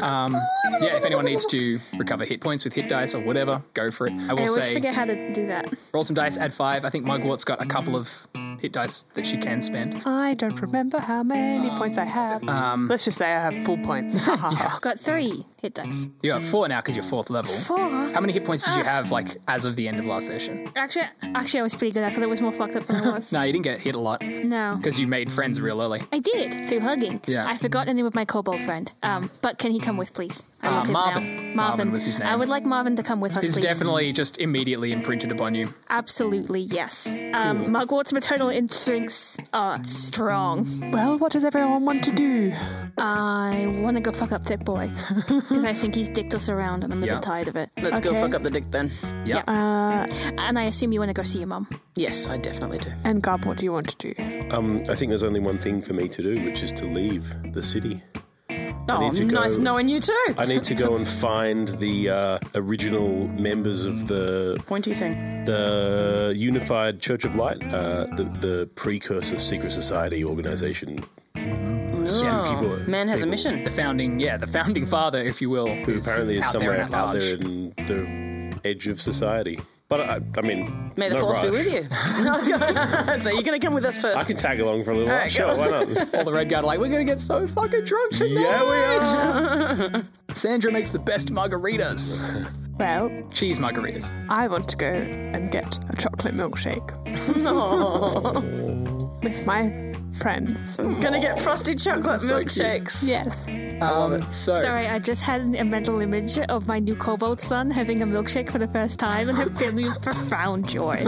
Speaker 1: Um, Yeah, if anyone needs to recover hit points with hit dice or whatever, go for it. I will
Speaker 6: I always
Speaker 1: say
Speaker 6: forget how to do that.
Speaker 1: roll some dice, add five. I think Mugwart's got a couple of hit dice that she can spend.
Speaker 4: I don't remember how many points I have. Um, Let's just say I have full points. (laughs)
Speaker 6: Got three hit dice.
Speaker 1: You got four now because you're fourth level.
Speaker 6: Four.
Speaker 1: How many hit points did you have, like, as of the end of last session?
Speaker 6: Actually, actually, I was pretty good. I thought it was more fucked up than I
Speaker 1: (laughs)
Speaker 6: was.
Speaker 1: No, you didn't get hit a lot
Speaker 6: no.
Speaker 1: because you made friends real early.
Speaker 6: I did through hugging.
Speaker 1: Yeah.
Speaker 6: I forgot the name of my kobold friend. Um, but can he come with, please? I
Speaker 1: Uh,
Speaker 6: wrote him
Speaker 1: Marvin.
Speaker 6: down. Marvin.
Speaker 1: Marvin was his name.
Speaker 6: I would like Marvin to come with us,
Speaker 1: It's
Speaker 6: please.
Speaker 1: definitely just immediately imprinted upon you.
Speaker 6: Absolutely, yes. Um, Mugwart's maternal instincts are strong.
Speaker 4: well, what does everyone want to do?
Speaker 6: I want to go fuck up Thick Boy because I think he's dicked us around, and I'm a
Speaker 1: Yeah.
Speaker 6: bit tired of it.
Speaker 2: Let's go
Speaker 4: Okay.
Speaker 2: fuck up the dick then.
Speaker 1: Yeah.
Speaker 6: And I assume you want to go see your mum.
Speaker 2: Yes, I definitely do.
Speaker 4: And Gob, what do you want to do?
Speaker 5: Um, I think there's only one thing for me to do, which is to leave the city.
Speaker 2: Oh,
Speaker 5: need to go-
Speaker 2: nice knowing you too.
Speaker 5: I need to
Speaker 2: (laughs)
Speaker 5: go and find the uh, original members of the
Speaker 2: Pointy thing.
Speaker 5: the Unified Church of Light, uh, the the precursor secret society organization.
Speaker 2: Oh,
Speaker 5: people-
Speaker 2: man has a
Speaker 5: people
Speaker 2: mission.
Speaker 1: the founding, yeah, the founding father, if you will,
Speaker 5: Who apparently is
Speaker 1: out
Speaker 5: somewhere
Speaker 1: there and at
Speaker 5: out
Speaker 1: large.
Speaker 5: there in the edge of society. But I, I mean,
Speaker 2: May the
Speaker 5: no
Speaker 2: force be
Speaker 5: rush.
Speaker 2: with you. No, I was gonna- so you're going to come with us
Speaker 5: I
Speaker 2: first.
Speaker 5: can tag along for a little while.
Speaker 2: right,
Speaker 5: sure,
Speaker 2: go.
Speaker 5: why not?
Speaker 1: All the red guard are like, we're gonna get so fucking drunk tonight.
Speaker 5: yeah,
Speaker 1: (laughs) Sandra makes the best margaritas,
Speaker 4: Well,
Speaker 1: cheese margaritas.
Speaker 4: I want to go and get a chocolate milkshake. With my friends.
Speaker 2: going to get frosted chocolate
Speaker 1: so cute.
Speaker 2: milkshakes.
Speaker 4: Yes.
Speaker 1: Um, so
Speaker 6: Sorry, I just had a mental image of my new kobold son having a milkshake for the first time and her feeling of profound joy.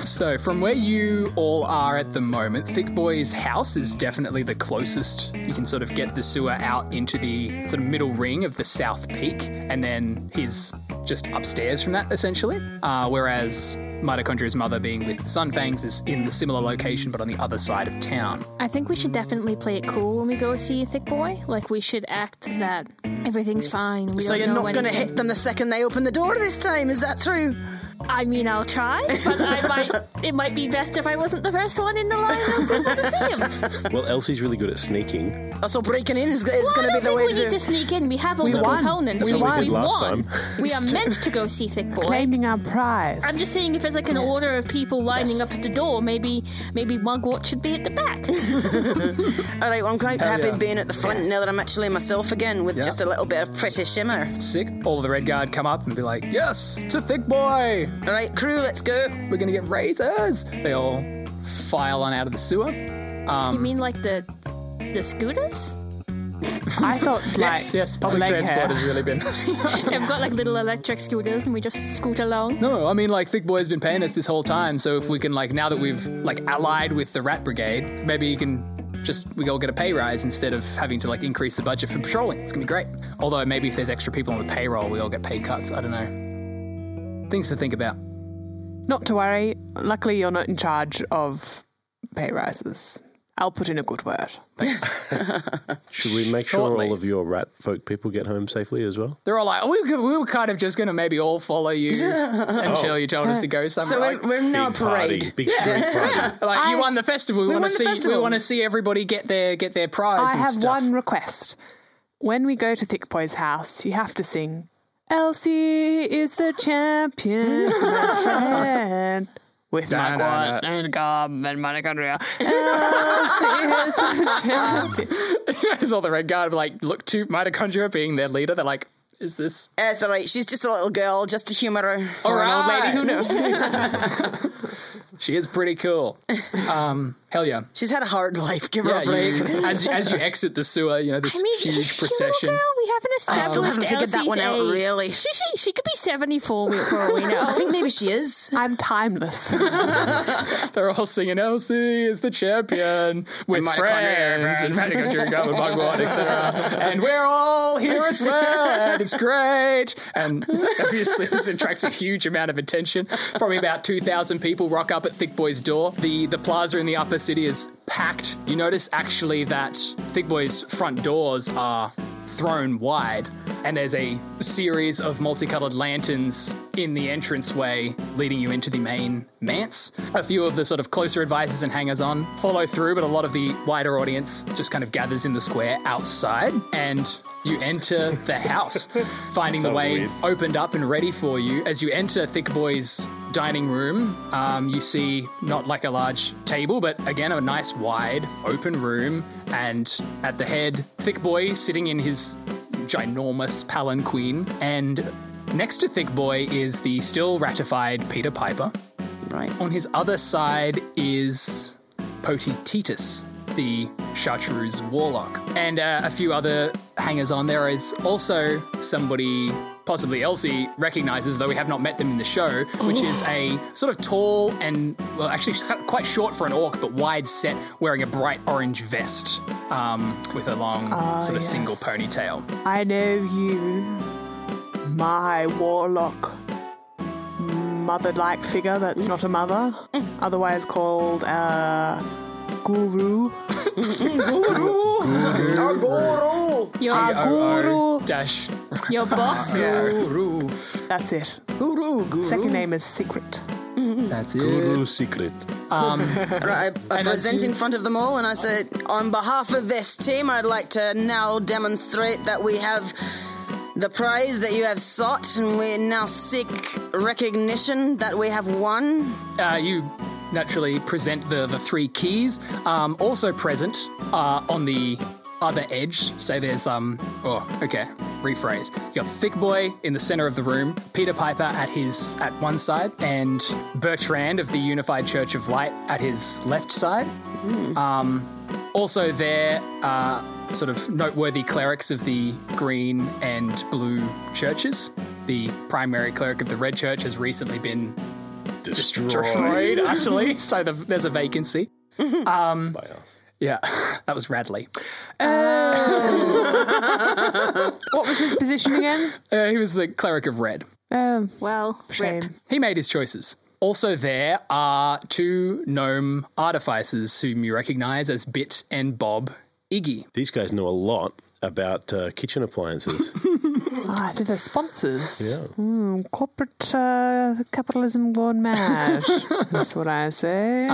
Speaker 1: (laughs) so from where you all are at the moment, Thick Boy's house is definitely the closest. You can sort of get the sewer out into the sort of middle ring of the south peak, and then he's just upstairs from that essentially. Uh, whereas Mitochondria's mother, being with Sunfangs, is in the similar location but on the other side of town.
Speaker 6: I think we should definitely play it cool when we go see Thick Boy. Like, we should act that everything's fine. We
Speaker 2: So
Speaker 6: don't
Speaker 2: you're
Speaker 6: know
Speaker 2: not going to
Speaker 6: anything.
Speaker 2: hit them the second they open the door this time, is that true?
Speaker 6: I mean, I'll try,
Speaker 2: (laughs)
Speaker 6: but I might. It might be best if I wasn't the first one in the line of people
Speaker 2: (laughs)
Speaker 6: to see him.
Speaker 5: Well, Elsie's really good at sneaking.
Speaker 2: Also, breaking in is, is
Speaker 6: Well,
Speaker 2: going
Speaker 6: I
Speaker 2: to be
Speaker 6: don't
Speaker 2: the
Speaker 6: think
Speaker 2: way
Speaker 6: we
Speaker 2: to
Speaker 6: need
Speaker 2: do
Speaker 6: to
Speaker 2: it.
Speaker 6: sneak in. We have all the
Speaker 4: won.
Speaker 6: components.
Speaker 4: We
Speaker 6: we
Speaker 4: won.
Speaker 6: we
Speaker 5: Last
Speaker 6: won.
Speaker 5: time.
Speaker 6: (laughs) We are meant to go see Thick Boy.
Speaker 4: Claiming our prize.
Speaker 6: I'm just saying, if there's like an order of people lining up at the door, maybe maybe Mugwort should be at the back.
Speaker 2: All right, well, I'm quite happy
Speaker 1: yeah.
Speaker 2: being at the front now that I'm actually myself again with just a little bit of pretty shimmer.
Speaker 1: Sick. All of the red guard come up and be like, "Yes, to thick boy.
Speaker 2: All right, crew, let's go.
Speaker 1: We're gonna get razors." They all file on out of the sewer.
Speaker 6: you mean like the the scooters?
Speaker 4: I thought (laughs) like
Speaker 1: yes, yes. Public
Speaker 4: leg
Speaker 1: transport
Speaker 4: hair.
Speaker 1: has really been. (laughs)
Speaker 6: They've got like little electric scooters, and we just scoot along.
Speaker 1: no, I mean like thick boy's been paying us this whole time. So if we can like now that we've like allied with the rat brigade, maybe you can. Just we all get a pay rise instead of having to like increase the budget for patrolling. It's gonna be great. Although maybe if there's extra people on the payroll, we all get pay cuts. I don't know. Things to think about.
Speaker 4: Not to worry. Luckily, you're not in charge of pay rises. I'll put in a good word.
Speaker 5: Should we make sure
Speaker 1: Shortly.
Speaker 5: all of your rat folk people get home safely as well?
Speaker 1: They're all like, oh, we, we were kind of just going to maybe all follow you until you told us to go
Speaker 2: So
Speaker 1: somewhere.
Speaker 2: we're,
Speaker 1: like,
Speaker 2: we're now a
Speaker 5: Big party.
Speaker 2: parade.
Speaker 5: Big (laughs) street
Speaker 2: (laughs)
Speaker 5: party.
Speaker 1: like, you won the festival. We, want to
Speaker 2: won the
Speaker 1: see. We
Speaker 2: festival.
Speaker 1: want to see everybody get their get their prize.
Speaker 4: I
Speaker 1: and
Speaker 4: have
Speaker 1: stuff.
Speaker 2: (laughs)
Speaker 4: one request. When we go to Thick Boy's house, you have to sing. Elsie is the champion, (laughs) my friend. With
Speaker 1: Da,
Speaker 4: my
Speaker 1: da, da. (laughs)
Speaker 4: and gob and mitochondria. (laughs) Elsie is the champion.
Speaker 1: There's all the red guard like look to mitochondria being their leader. They're like, is this
Speaker 2: It's all right. She's just a little girl, just to humour her.
Speaker 1: all
Speaker 2: Or an old
Speaker 1: right?
Speaker 2: lady.
Speaker 1: Who knows? (laughs) she is pretty cool. Um, hell yeah.
Speaker 2: She's had a hard life. Give her
Speaker 1: Yeah,
Speaker 2: a break.
Speaker 1: you, (laughs) as, as you exit the sewer, you know, this
Speaker 6: I mean, is
Speaker 1: huge
Speaker 6: she a
Speaker 1: procession.
Speaker 6: Little girl? We haven't established.
Speaker 2: still haven't figured that
Speaker 6: Elsie's
Speaker 2: one out,
Speaker 6: age.
Speaker 2: really.
Speaker 6: She, she she could be seventy four for all we know.
Speaker 1: (laughs)
Speaker 2: I think maybe she is.
Speaker 4: I'm timeless. (laughs)
Speaker 1: They're all singing "Elsie is the champion" with
Speaker 2: mitochondria,
Speaker 1: friends and
Speaker 2: friends. (laughs)
Speaker 1: mitochondria, Garland, Mugwort, etc. And we're all here as well, and it's great. And obviously, this attracts a huge amount of attention. Probably about two thousand people rock up at Thick Boy's door. The the plaza in the upper city is packed. You notice actually that Thick Boy's front doors are thrown wide, and there's a series of multicolored lanterns in the entranceway leading you into the main manse. A few of the sort of closer advisors and hangers on follow through, but a lot of the wider audience just kind of gathers in the square outside, and you enter the
Speaker 5: (laughs)
Speaker 1: house, finding the
Speaker 5: That was
Speaker 1: way
Speaker 5: weird.
Speaker 1: opened up and ready for you. As you enter Thick Boy's dining room, um, you see not like a large table, but again, a nice wide open room. And at the head, Thick Boy sitting in his ginormous palanquin. And next to Thick Boy is the still ratified Peter Piper.
Speaker 2: Right.
Speaker 1: On his other side is Potititus, the chartreuse warlock, and uh, a few other hangers on. There is also somebody, possibly Elsie, recognizes, though we have not met them in the show, which is
Speaker 4: Oh.
Speaker 1: a sort of tall and, well, actually she's kind of quite short for an orc, but wide set, wearing a bright orange vest um, with a long sort of
Speaker 4: Ah, yes.
Speaker 1: single ponytail.
Speaker 4: I know you, my warlock, mother like figure that's not a mother, otherwise called uh, Guru.
Speaker 6: Your
Speaker 4: Ah,
Speaker 1: G-O-O Dash.
Speaker 6: your boss.
Speaker 1: Guru.
Speaker 4: That's it.
Speaker 2: Guru, guru.
Speaker 4: Second name is Secret.
Speaker 1: That's it.
Speaker 5: Guru secret.
Speaker 2: Right, I, I
Speaker 1: And
Speaker 2: present
Speaker 1: as you-
Speaker 2: in front of them all and I say, on behalf of this team, I'd like to now demonstrate that we have the prize that you have sought and we now seek recognition that we have won.
Speaker 1: uh, you naturally present the, the three keys. Um, also present uh, on the other edge, say there's, um, oh, okay, rephrase. You got Thick Boy in the center of the room, Peter Piper at his, at one side, and Bertrand of the Unified Church of Light at his left side. Um, also there are sort of noteworthy clerics of the green and blue churches. The primary cleric of the red church has recently been
Speaker 5: Destroyed
Speaker 1: Detroit, actually. So the, there's a vacancy.
Speaker 5: by us.
Speaker 1: Yeah, (laughs) that was Radley.
Speaker 4: Oh.
Speaker 1: (laughs)
Speaker 4: What was his position again?
Speaker 1: Uh, he was the cleric of red.
Speaker 4: Um,
Speaker 6: Well,
Speaker 4: shame.
Speaker 6: rip.
Speaker 1: He made his choices. Also, there are two gnome artificers whom you recognize as Bit and Bob Iggy.
Speaker 5: These guys know a lot about uh, kitchen appliances.
Speaker 4: Ah, they're the sponsors.
Speaker 5: Yeah.
Speaker 4: Hmm, corporate uh, capitalism gone mad. That's what I say.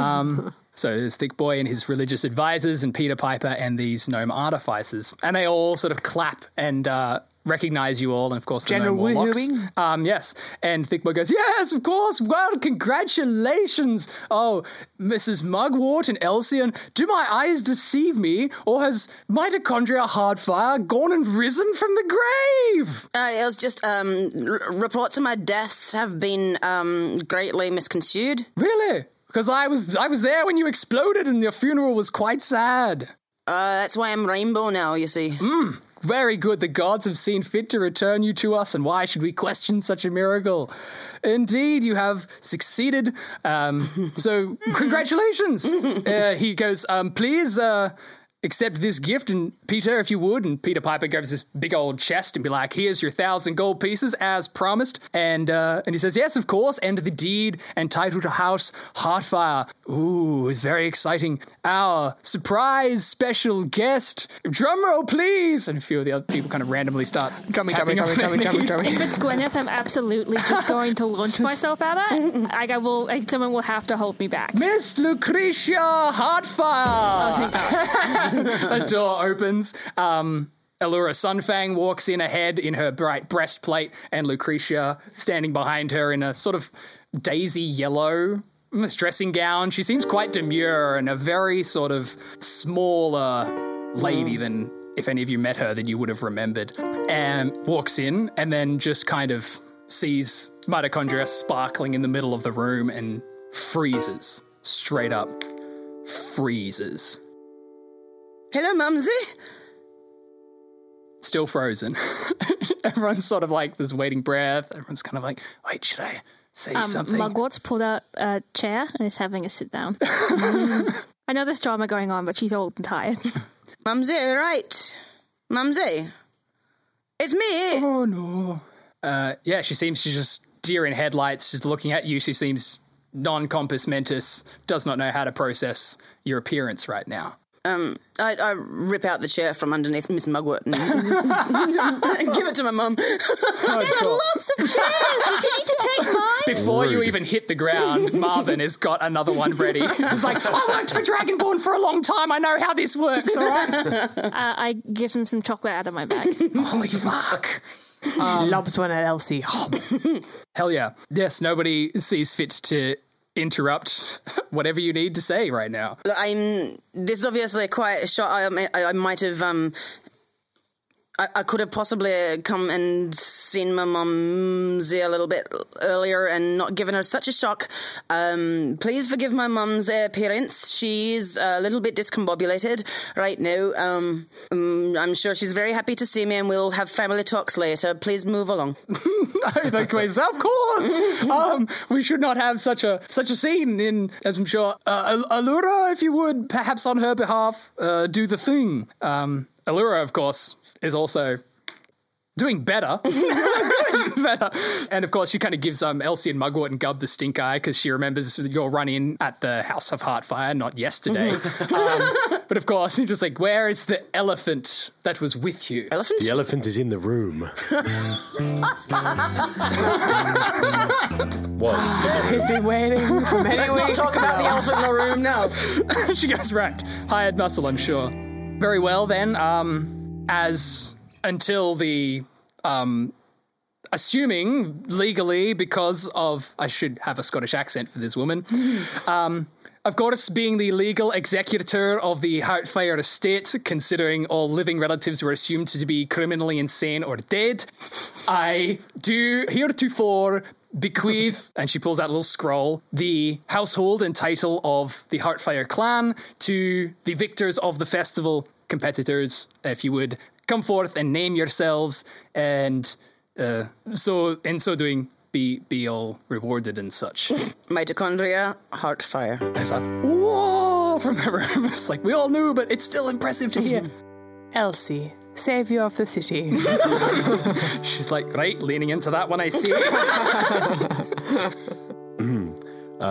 Speaker 1: So there's Thick Boy and his religious advisors, and Peter Piper and these gnome artificers, and they all sort of clap and uh, recognize you all, and of course the
Speaker 4: General
Speaker 1: gnome warlocks.
Speaker 4: woo-hooing?
Speaker 1: Um, yes, and Thick Boy goes, "Yes, of course. Well, congratulations. Oh, Mrs. Mugwort and Elsion, do my eyes deceive me, or has mitochondria hardfire gone and risen from the grave?"
Speaker 2: Uh, it was just um, r- reports of my deaths have been um, greatly misconstrued.
Speaker 1: Really? Because I was I was there when you exploded, and your funeral was quite sad.
Speaker 2: Uh, that's why I'm rainbow now, you see.
Speaker 1: Very good. The gods have seen fit to return you to us, and why should we question such a miracle? Indeed, you have succeeded. Um, so, congratulations. Uh, he goes, um, please. Uh, Accept this gift, and Peter, if you would. And Peter Piper gives this big old chest and be like, "Here's your thousand gold pieces, as promised." And uh, and he says, "Yes, of course." And the deed entitled to House Heartfire. Ooh, it's very exciting. Our surprise special guest. Drum roll, please. And a few of the other people kind of randomly start
Speaker 4: Drummy,
Speaker 1: tapping
Speaker 4: drummy,
Speaker 1: on
Speaker 4: drummy,
Speaker 1: their
Speaker 4: drummy,
Speaker 1: knees.
Speaker 4: drummy,
Speaker 6: If it's Gwyneth, I'm absolutely just going to
Speaker 1: (laughs)
Speaker 6: launch myself at it. Like I will, like someone will have to hold me back.
Speaker 1: Miss Lucretia Hardfire. (laughs) a door opens. Um, Allura Sunfang walks in ahead in her bright breastplate, and Lucretia standing behind her in a sort of daisy yellow mm, dressing gown. She seems quite demure and a very sort of smaller lady than if any of you met her, then you would have remembered. And walks in, and then just kind of sees mitochondria sparkling in the middle of the room and freezes straight up. Freezes.
Speaker 2: Hello, Mumsy.
Speaker 1: still frozen. (laughs) Everyone's sort of like this waiting breath. Everyone's kind of like, wait, should I say
Speaker 6: Um,
Speaker 1: something?
Speaker 6: Mugwort's pulled out a chair and is having a sit
Speaker 1: (laughs)
Speaker 6: down. I know there's drama going on, but she's old and
Speaker 1: (laughs)
Speaker 6: tired.
Speaker 2: Mumsy, right. Mumsy. It's me.
Speaker 1: oh no. Uh, yeah, she seems she's just deer in headlights. She's looking at you. She seems non compass mentis, does not know how to process your appearance right now.
Speaker 2: Um, I, I rip out the chair from underneath Miss Mugwort and (laughs) give it to my mum.
Speaker 6: there's lots of chairs. Did you need to
Speaker 1: (laughs)
Speaker 6: take mine?
Speaker 1: Before you
Speaker 5: Rude.
Speaker 1: even hit the ground, Marvin has got another one ready. He's like, I worked for Dragonborn for a long time. I know how this works, all right?
Speaker 6: Uh, I give him some chocolate out of my bag.
Speaker 1: (laughs) Holy fuck.
Speaker 4: she loves one at Elsie.
Speaker 1: Hell yeah. Yes, nobody sees fit to interrupt whatever you need to say right now.
Speaker 2: Look, I'm. This is obviously quite a shot. I, may- I, I might have. Um, I, I could have possibly come and seen my mumsy a little bit earlier and not given her such a shock. Um, please forgive my mum's appearance. She's a little bit discombobulated right now. Um, um, I'm sure she's very happy to see me, and we'll have family talks later. Please move along.
Speaker 1: (laughs) Like, "Yes, of course. Um, we should not have such a such a scene. In as I'm sure, uh, Al- Allura, if you would, perhaps on her behalf, uh, do the thing. Um, Allura, of course, is also doing better. (laughs) better. And of course, she kind of gives um, Elsie and Mugwort and Gub the stink eye because she remembers your run in at the House of Heartfire, not yesterday. um, but of course, (laughs) you're just like, where is the elephant that was with you?
Speaker 2: Elephant.
Speaker 5: The elephant is in the room. Was.
Speaker 4: He's been waiting for many
Speaker 2: Let's not
Speaker 4: weeks.
Speaker 2: talk about the elephant in the room now.
Speaker 1: (laughs) she goes right. Hired muscle, I'm sure. Very well then. Um, as until the um, assuming legally because of I should have a Scottish accent for this woman. um, of course, being the legal executor of the Hartfire estate, considering all living relatives were assumed to be criminally insane or dead, I do heretofore bequeath, and she pulls out a little scroll, the household and title of the Heartfire clan to the victors of the festival competitors, if you would come forth and name yourselves, and uh, so in so doing, be be all rewarded and such.
Speaker 2: Mitochondria, heart fire.
Speaker 1: It's like, whoa, (laughs) from the room. It's like, we all knew, but it's still impressive to hear.
Speaker 4: Elsie, savior of the city.
Speaker 1: She's like, right, leaning into that one I see.
Speaker 5: Uh,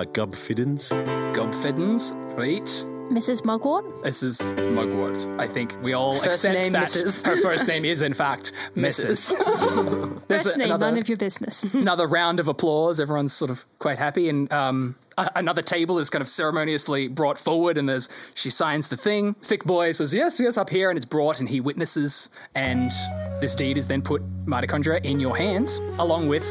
Speaker 5: Gub Fiddens.
Speaker 1: Gobfiddens, right.
Speaker 6: Mrs. Mugwort?
Speaker 1: Mrs. Mugwort. I think we all
Speaker 2: First
Speaker 1: accept
Speaker 2: name
Speaker 1: that
Speaker 2: Mrs..
Speaker 1: her first name is, in fact, Mrs. There's
Speaker 6: First name,
Speaker 1: another,
Speaker 6: none of your business.
Speaker 1: another round of applause. Everyone's sort of quite happy, and um, a- another table is kind of ceremoniously brought forward. And there's she signs the thing. Thick boy says yes, yes, up here, and it's brought, and he witnesses. And this deed is then put, mitochondria, in your hands, along with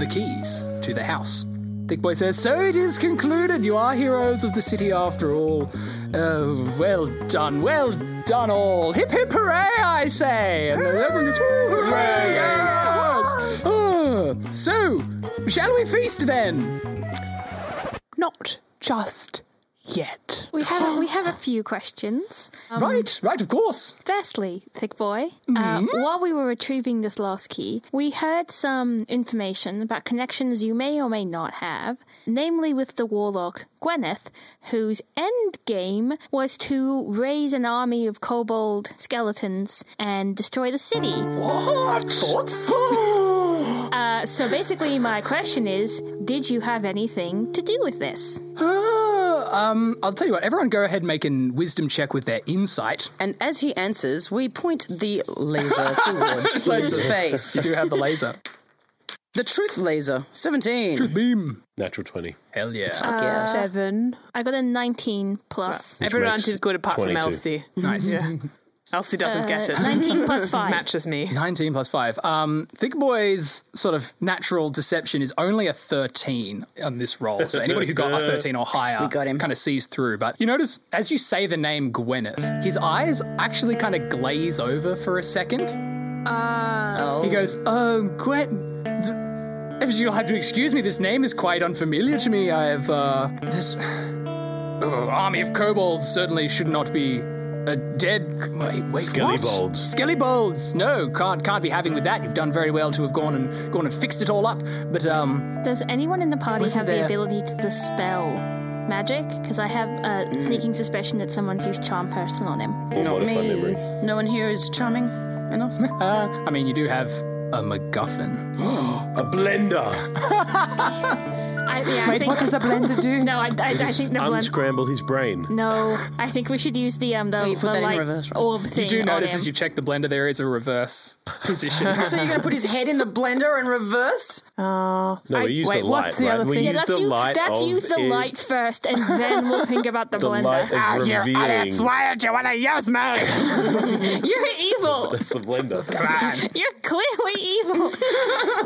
Speaker 1: the keys to the house. Thick boy says, "So it is concluded. You are heroes of the city after all. Oh, well done, well done, all. Hip hip hooray! I say." And everyone goes, "Woo, hooray!" Yes. Ah, so, shall we feast then?
Speaker 4: Not just yet.
Speaker 6: We have we have a few questions. Um,
Speaker 1: right, right, of course.
Speaker 6: Firstly, thick boy, uh, while we were retrieving this last key, we heard some information about connections you may or may not have, namely with the warlock Gwyneth, whose end game was to raise an army of kobold skeletons and destroy the city.
Speaker 1: What? (gasps) Thoughts?
Speaker 6: Uh, so basically, my question is: Did you have anything to do with this?
Speaker 1: um, I'll tell you what, everyone go ahead and make an wisdom check with their (laughs) insight.
Speaker 2: And as he answers, we point the laser
Speaker 1: (laughs)
Speaker 2: towards his face.
Speaker 1: You do have the laser.
Speaker 2: The truth laser, 17.
Speaker 1: Beam.
Speaker 5: Natural 20.
Speaker 1: Hell yeah.
Speaker 2: Yes.
Speaker 4: Seven.
Speaker 6: I got a 19 plus.
Speaker 4: Everyone
Speaker 5: makes
Speaker 4: did good apart
Speaker 5: 22.
Speaker 4: from Elsie.
Speaker 1: Nice.
Speaker 4: Yeah. Elsie doesn't get
Speaker 6: Uh,
Speaker 4: it. (laughs)
Speaker 6: 19 plus 5.
Speaker 4: Matches me.
Speaker 1: 19 plus 5. Um, Thick Boy's sort of natural deception is only a 13 on this roll. So anybody who got a 13 or higher
Speaker 2: got him.
Speaker 1: kind of sees through. But you notice as you say the name Gwyneth, his eyes actually kind of glaze over for a second. He goes, Oh, Gwen. If you'll have to excuse me, this name is quite unfamiliar to me. I have, uh, this Oh, army of kobolds certainly should not be a dead. Wait, wait,
Speaker 5: Skellybolds.
Speaker 1: Skelly bolds. No, can't can't be having with that. You've done very well to have gone and gone and fixed it all up. But um,
Speaker 6: Does anyone in the party
Speaker 1: Wasn't
Speaker 6: have
Speaker 1: there-
Speaker 6: the ability to dispel magic? Because I have a sneaking suspicion that someone's used charm person on him.
Speaker 5: Or
Speaker 2: Not
Speaker 5: modify
Speaker 2: me.
Speaker 5: memory.
Speaker 2: No one here is charming enough.
Speaker 1: I mean, you do have a MacGuffin.
Speaker 5: A blender!
Speaker 6: I, yeah, I think,
Speaker 4: What does the blender do?
Speaker 6: (laughs) No, I, I, I think the blend.
Speaker 5: Unscramble his brain.
Speaker 6: No, I think we should use the um the,
Speaker 2: you put
Speaker 6: the
Speaker 2: that in
Speaker 6: light
Speaker 2: reverse, right?
Speaker 6: orb thing.
Speaker 1: You do
Speaker 6: on
Speaker 1: notice
Speaker 6: him.
Speaker 1: as you check the blender, there is a reverse position.
Speaker 2: (laughs) So you're going to put his head in the blender and reverse?
Speaker 5: No,
Speaker 4: I-
Speaker 5: we use
Speaker 4: wait,
Speaker 5: the
Speaker 4: what's
Speaker 5: light,
Speaker 4: the
Speaker 5: right?
Speaker 4: other
Speaker 5: we
Speaker 4: thing?
Speaker 5: use
Speaker 4: Yeah,
Speaker 6: that's
Speaker 5: the
Speaker 6: you,
Speaker 5: light.
Speaker 6: that's
Speaker 5: of
Speaker 6: use the
Speaker 5: it-
Speaker 6: light first, and then we'll think about the,
Speaker 5: The light
Speaker 6: (laughs) blender.
Speaker 4: Ah,
Speaker 5: of revealing.
Speaker 4: don't you want to use me?
Speaker 6: You're evil.
Speaker 5: That's the blender.
Speaker 6: You're clearly evil.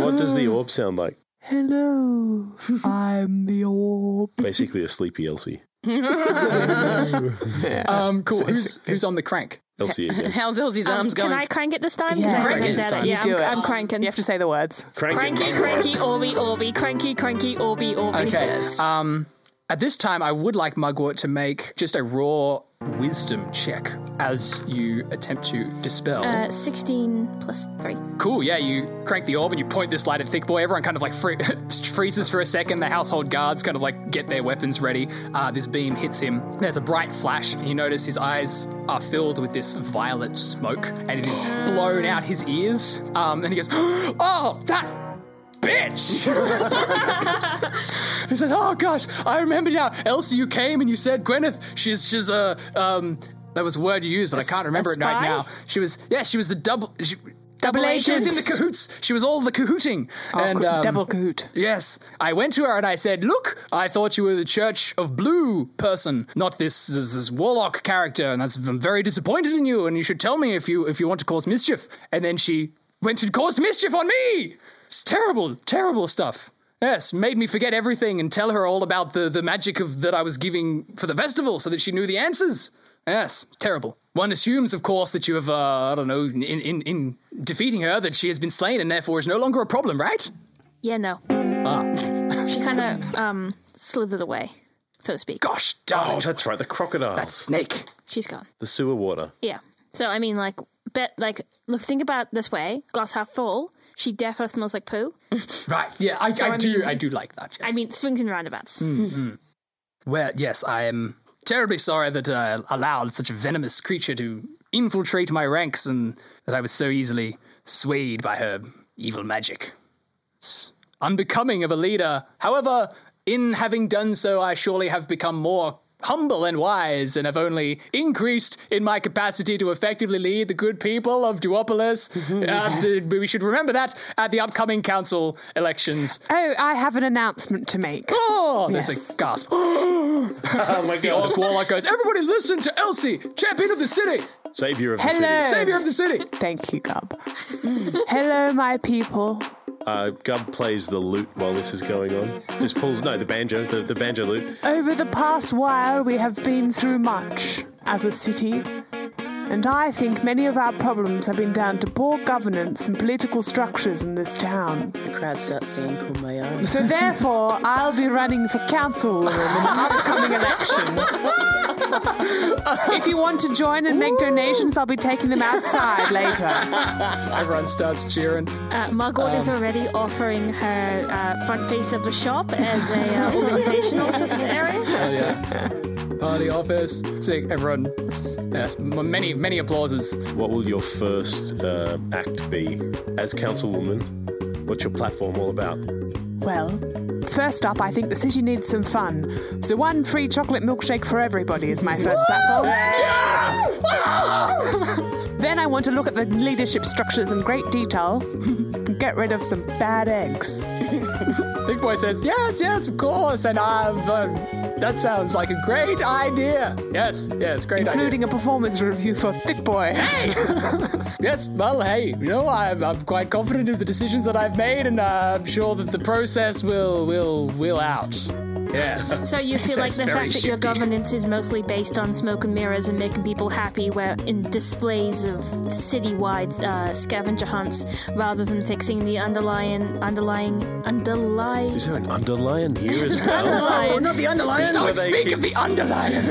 Speaker 5: what does the orb sound like?
Speaker 4: Hello, I'm the orb.
Speaker 5: Basically a sleepy Elsie.
Speaker 1: um, cool. Who's who's on the crank?
Speaker 5: Elsie
Speaker 2: (laughs)
Speaker 5: again.
Speaker 2: How's Elsie's
Speaker 6: Um,
Speaker 2: arms
Speaker 6: can
Speaker 2: going?
Speaker 6: I crank it this time? 'Cause
Speaker 4: Yeah.
Speaker 6: I
Speaker 4: Crank
Speaker 1: it
Speaker 6: haven't
Speaker 1: this
Speaker 6: done
Speaker 1: time.
Speaker 6: it.
Speaker 1: You
Speaker 6: Yeah,
Speaker 4: do
Speaker 6: I'm,
Speaker 4: it.
Speaker 6: I'm cranking.
Speaker 4: You have to say the words.
Speaker 5: Crank it,
Speaker 6: Cranky,
Speaker 5: Mugwort.
Speaker 6: cranky, orby, orby, cranky, cranky, orby, orby.
Speaker 1: Okay. Um, at this time, I would like Mugwort to make just a raw wisdom check as you attempt to dispel.
Speaker 6: Uh, 16 plus 3.
Speaker 1: cool, yeah, you crank the orb and you point this light at Thick Boy. Everyone kind of like free- (laughs) freezes for a second. The household guards kind of like get their weapons ready. Uh, this beam hits him. There's a bright flash, and you notice his eyes are filled with this violet smoke, and it is blown out his ears. Um, and he goes, (gasps) Oh, that bitch! (laughs) he says, "Oh gosh, I remember now. Elsie, you came and you said Gwyneth. She's she's a um. That was a word you used, but I I can't remember it right
Speaker 6: spy?
Speaker 1: now. She was yeah, she was the double. She,
Speaker 6: Double
Speaker 1: She was in the
Speaker 6: agent.
Speaker 1: cahoots. She was all the cahooting. and
Speaker 4: Oh, coo-
Speaker 1: um,
Speaker 4: double cahoot.
Speaker 1: Yes, I went to her and I said, "Look, I thought you were the Church of Blue person, not this this, this warlock character, and that's, I'm very disappointed in you. And you should tell me if you if you want to cause mischief." And then she went and caused mischief on me. It's terrible, terrible stuff. Yes, made me forget everything and tell her all about the the magic of that I was giving for the festival, so that she knew the answers. Yes, terrible. One assumes, of course, that you have, uh, I don't know, in, in, in defeating her, that she has been slain and therefore is no longer a problem, right? Ah.
Speaker 6: Yeah, no. She kind of um, slithered away, so to speak.
Speaker 1: Gosh darn
Speaker 5: Oh,
Speaker 1: it.
Speaker 5: that's right. The crocodile.
Speaker 1: That snake.
Speaker 6: She's gone.
Speaker 5: the sewer water.
Speaker 6: Yeah. So, I mean, like, bet, like, look, think about it this way glass half full. She defo smells like poo.
Speaker 1: Right. Yeah, I, I,
Speaker 6: I
Speaker 1: do.
Speaker 6: mean-
Speaker 1: I do like that. Yes.
Speaker 6: I mean, swings and roundabouts.
Speaker 1: well, yes, I am terribly sorry that I allowed such a venomous creature to infiltrate my ranks, and that I was so easily swayed by her evil magic. It's unbecoming of a leader. However, in having done so, I surely have become more humble and wise and have only increased in my capacity to effectively lead the good people of
Speaker 4: (laughs)
Speaker 1: Duopolis. Uh, th- we should remember that at the upcoming council elections.
Speaker 4: Oh, I have an announcement to make.
Speaker 1: Oh, there's
Speaker 4: (gasps) Yes.
Speaker 1: a gasp. (gasps) oh
Speaker 5: (laughs)
Speaker 1: my god. The orc warlock goes, Everybody listen to Elsie, champion of the city,
Speaker 5: Savior of
Speaker 4: Hello.
Speaker 5: the city.
Speaker 1: savior of the city.
Speaker 4: Thank you, Gub. Hello, my people.
Speaker 5: Uh, Gub plays the lute while this is going on. Just pulls, no, the banjo, the, the banjo lute.
Speaker 4: Over the past while, we have been through much as a city, and I think many of our problems have been down to poor governance and political structures in this town.
Speaker 2: The crowd starts singing Kumbaya.
Speaker 4: So, therefore, I'll be running for councilwoman in the upcoming election. If you want to join and make donations, I'll be taking them outside later.
Speaker 1: Everyone starts cheering.
Speaker 6: Uh, Margot is already offering her uh, front face of the shop as a uh, organizational assistant area.
Speaker 1: Oh, yeah. Party office. Sick. Everyone. Yes, m- many, many applauses.
Speaker 5: What will your first uh, act be as councilwoman? What's your platform all about?
Speaker 4: Well, first up, I think the city needs some fun. So, one free chocolate milkshake for everybody is my first platform. (laughs) Then I want to look at the leadership structures in great detail (laughs) and get rid of some bad eggs.
Speaker 1: Big Boy says, Yes, yes, of course. And I'm. Uh, that sounds like a great idea. Yes, yes, great idea.
Speaker 4: Including a performance review for Thick Boy.
Speaker 1: Yes, well, hey, you know, I'm, I'm quite confident of the decisions that I've made, and uh, I'm sure that the process will, will, will out. Yes.
Speaker 6: So you feel like
Speaker 1: Sounds
Speaker 6: the
Speaker 1: very
Speaker 6: fact that your
Speaker 1: shifty.
Speaker 6: governance is mostly based on smoke and mirrors and making people happy, where in displays of citywide uh, scavenger hunts, rather than fixing the underlying, underlying, underlying. (laughs)
Speaker 5: Is there an underlion
Speaker 2: (laughs)
Speaker 5: here as well?
Speaker 2: Oh, not the underlions.
Speaker 1: Don't
Speaker 5: Where they
Speaker 1: speak
Speaker 5: keep-
Speaker 1: of the underlion.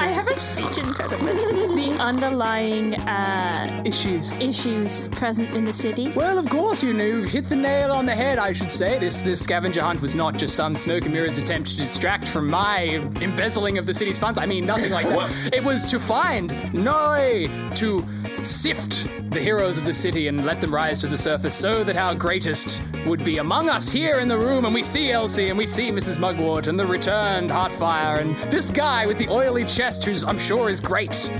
Speaker 6: I have a speech impediment. the underlying uh,
Speaker 4: Issues.
Speaker 6: issues present in the city.
Speaker 1: well, of course you knew. Hit the nail on the head, I should say. This this scavenger hunt was not just some smoke and mirrors attempt to distract from my embezzling of the city's funds. I mean, nothing like that. it was to find Noi, to sift the heroes of the city and let them rise to the surface so that our greatest would be among us here in the room. And we see Elsie and we see Mrs. Mugwort and the returned Heartfire and this guy with the oily chest who's, I'm sure, is great.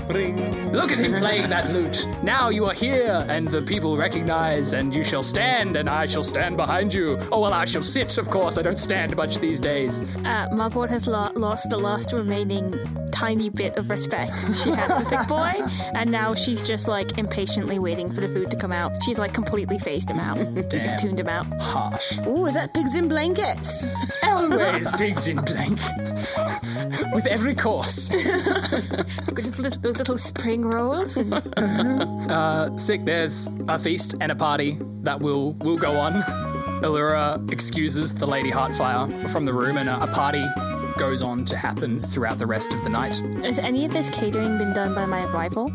Speaker 1: Look at him playing that lute. Now you are here, and the people recognize, and you shall stand, and I shall stand behind you. Oh, well, I shall sit, of course. I don't stand much these days.
Speaker 6: Uh, Margot has lo- lost the last remaining tiny bit of respect she had for Thick Boy, and now she's just like impatiently waiting for the food to come out. She's like completely phased him out, tuned him out.
Speaker 1: Harsh.
Speaker 2: Ooh, is that pigs in blankets?
Speaker 1: (laughs) Always pigs in blankets. With every course.
Speaker 6: Those little, those little spring rolls. And
Speaker 1: Sick, there's a feast and a party that will, will go on. Allura excuses the Lady Heartfire from the room, and a, a party goes on to happen throughout the rest of the night.
Speaker 6: has any of this catering been done by my rival?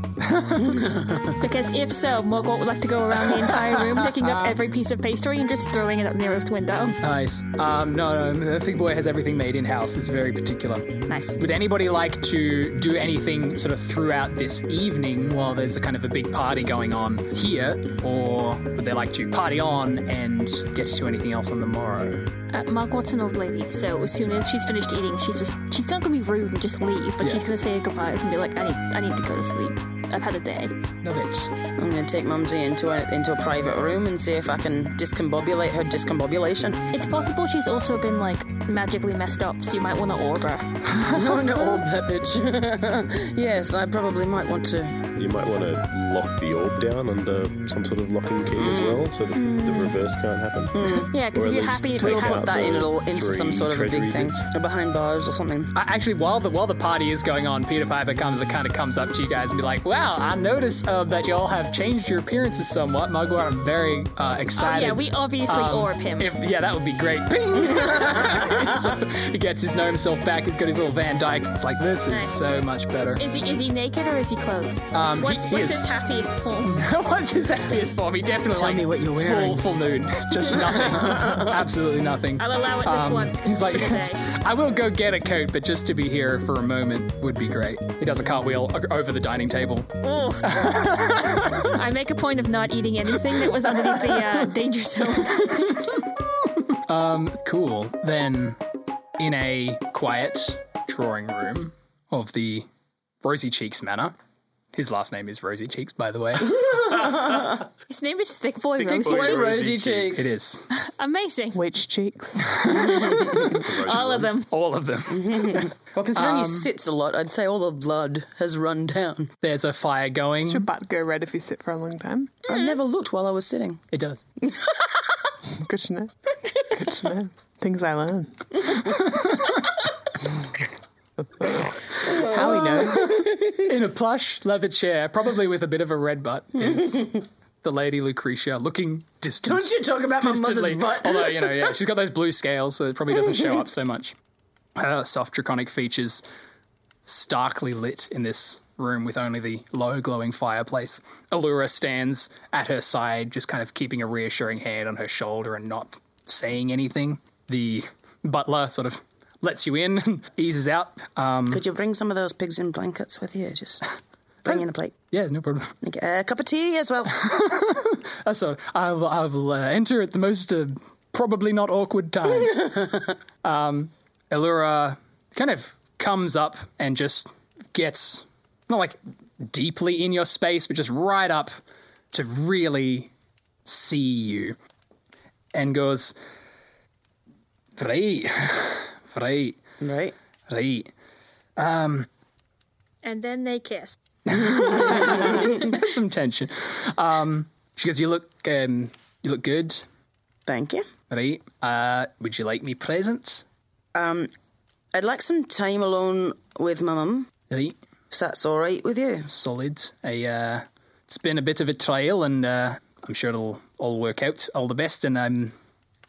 Speaker 6: because if so, Margot would like to go around the entire room picking up every piece of pastry and just throwing it out the nearest window.
Speaker 1: Nice. Um, no, no, the Thick Boy has everything made in house. It's very particular.
Speaker 6: Nice.
Speaker 1: Would anybody like to do anything sort of throughout this evening while there's a kind of a big party going on here? Or would they like to party on and get to anything else on the morrow?
Speaker 6: Uh, Margot's an old lady, so as soon as she's finished eating, she's just she's not gonna be rude and just leave, but she's
Speaker 1: Yes.
Speaker 6: gonna say her goodbyes and be like, I need I need to go to sleep. I've had a day.
Speaker 1: Love it.
Speaker 2: I'm going to take Mumsy into a, into a private room and see if I can discombobulate her discombobulation. (laughs)
Speaker 6: It's possible she's also been like magically messed up, so you might want to orb her.
Speaker 2: no,
Speaker 6: Oh,
Speaker 2: no, orb that bitch. (laughs) yes, I probably might want to.
Speaker 5: You might want to lock the orb down under some sort of locking key as
Speaker 2: Mm.
Speaker 5: well so that the reverse can't happen.
Speaker 6: Yeah,
Speaker 5: Or
Speaker 6: because if
Speaker 5: at
Speaker 6: you're
Speaker 5: least
Speaker 6: happy, if
Speaker 5: take
Speaker 6: you're
Speaker 5: out
Speaker 6: happy,
Speaker 5: the
Speaker 2: That into, into
Speaker 5: three
Speaker 2: some sort of a
Speaker 5: treasury
Speaker 2: big thing.
Speaker 5: bits.
Speaker 2: Or behind bars or something.
Speaker 1: I- Actually, while the while the party is going on, Peter Piper kind of kind of comes up to you guys and be like, "Wow, I notice uh, that you all have changed your appearances somewhat, Mugwort. I'm very uh,
Speaker 6: oh,
Speaker 1: excited."
Speaker 6: yeah, we obviously orb him.
Speaker 1: um, If, yeah, that would be great.
Speaker 2: (laughs)
Speaker 1: Bing! (laughs) so he gets his gnome self back. He's got his little Van Dyke. It's like this is
Speaker 6: Nice.
Speaker 1: so much better. (laughs)
Speaker 6: is he is he naked or is he clothed?
Speaker 1: Um,
Speaker 6: what's
Speaker 1: he is-
Speaker 6: what's his happiest
Speaker 1: (laughs)
Speaker 6: form?
Speaker 1: What's his happiest form? He definitely
Speaker 2: Tell
Speaker 1: like,
Speaker 2: me what you're
Speaker 1: Full,
Speaker 2: wearing.
Speaker 1: full moon,
Speaker 2: (laughs)
Speaker 1: just nothing, absolutely nothing.
Speaker 6: I'll allow it this
Speaker 1: Um,
Speaker 6: once. 'cause
Speaker 1: He's
Speaker 6: it's
Speaker 1: like, (laughs)
Speaker 6: been a day.
Speaker 1: I will go get a coat, but just to be here for a moment would be great. He does a cartwheel o- over the dining table.
Speaker 6: I make a point of not eating anything that was underneath the uh, danger zone.
Speaker 1: (laughs) Cool. Then, in a quiet drawing room, of the Rosy Cheeks Manor. His last name is Rosy Cheeks, by
Speaker 2: (laughs)
Speaker 1: the way.
Speaker 6: His name is Thick Boy
Speaker 5: Thick
Speaker 6: Rose.
Speaker 5: Boy
Speaker 6: Rose.
Speaker 5: Rose.
Speaker 2: Rosy
Speaker 5: Rosy cheeks.
Speaker 2: cheeks.
Speaker 1: It is
Speaker 6: Amazing.
Speaker 4: Witch cheeks.
Speaker 6: All of them.
Speaker 1: all of them.
Speaker 2: Well, considering he sits a lot, I'd say all the blood has run down.
Speaker 1: (laughs) There's a fire going.
Speaker 4: Should butt go red if you sit for a long time?
Speaker 2: I never looked while I was sitting.
Speaker 1: It does.
Speaker 4: Good to know. Good to know. Things I learn. How he
Speaker 1: (laughs)
Speaker 4: knows.
Speaker 1: In a plush leather chair, probably with a bit of a red butt, (laughs) is the lady Lucretia looking distant.
Speaker 2: Don't you talk about my mother's
Speaker 1: distantly.
Speaker 2: butt.
Speaker 1: Although, you know, yeah, she's got those blue scales, so it probably doesn't show up so much. Her soft draconic features starkly lit in this room with only the low glowing fireplace. Allura stands at her side, just kind of keeping a reassuring hand on her shoulder and not saying anything. The butler sort of lets you in and (laughs) eases out. Uh,
Speaker 2: Could you bring some of those pigs in blankets with you? (laughs) Just bring in a plate.
Speaker 1: Yeah, no problem.
Speaker 2: Make a cup of tea as well.
Speaker 1: Uh, so I will, I will uh, enter at the most uh, probably not awkward time. um, Elura kind of comes up and just gets not like deeply in your space, but just right up to really see you, and goes, (laughs) "Right, right,
Speaker 2: (laughs) right.
Speaker 1: (laughs) right."
Speaker 6: And then they kiss.
Speaker 1: Some tension. Um, she goes, "You look, um, you look good,
Speaker 2: Thank you.
Speaker 1: right? Uh, would you like me present,
Speaker 2: I'd like some time alone with my mum,
Speaker 1: right?"
Speaker 2: if that's all right with you.
Speaker 1: solid. I, uh, it's been a bit of a trial, and uh, I'm sure it'll all work out. All the best, and um,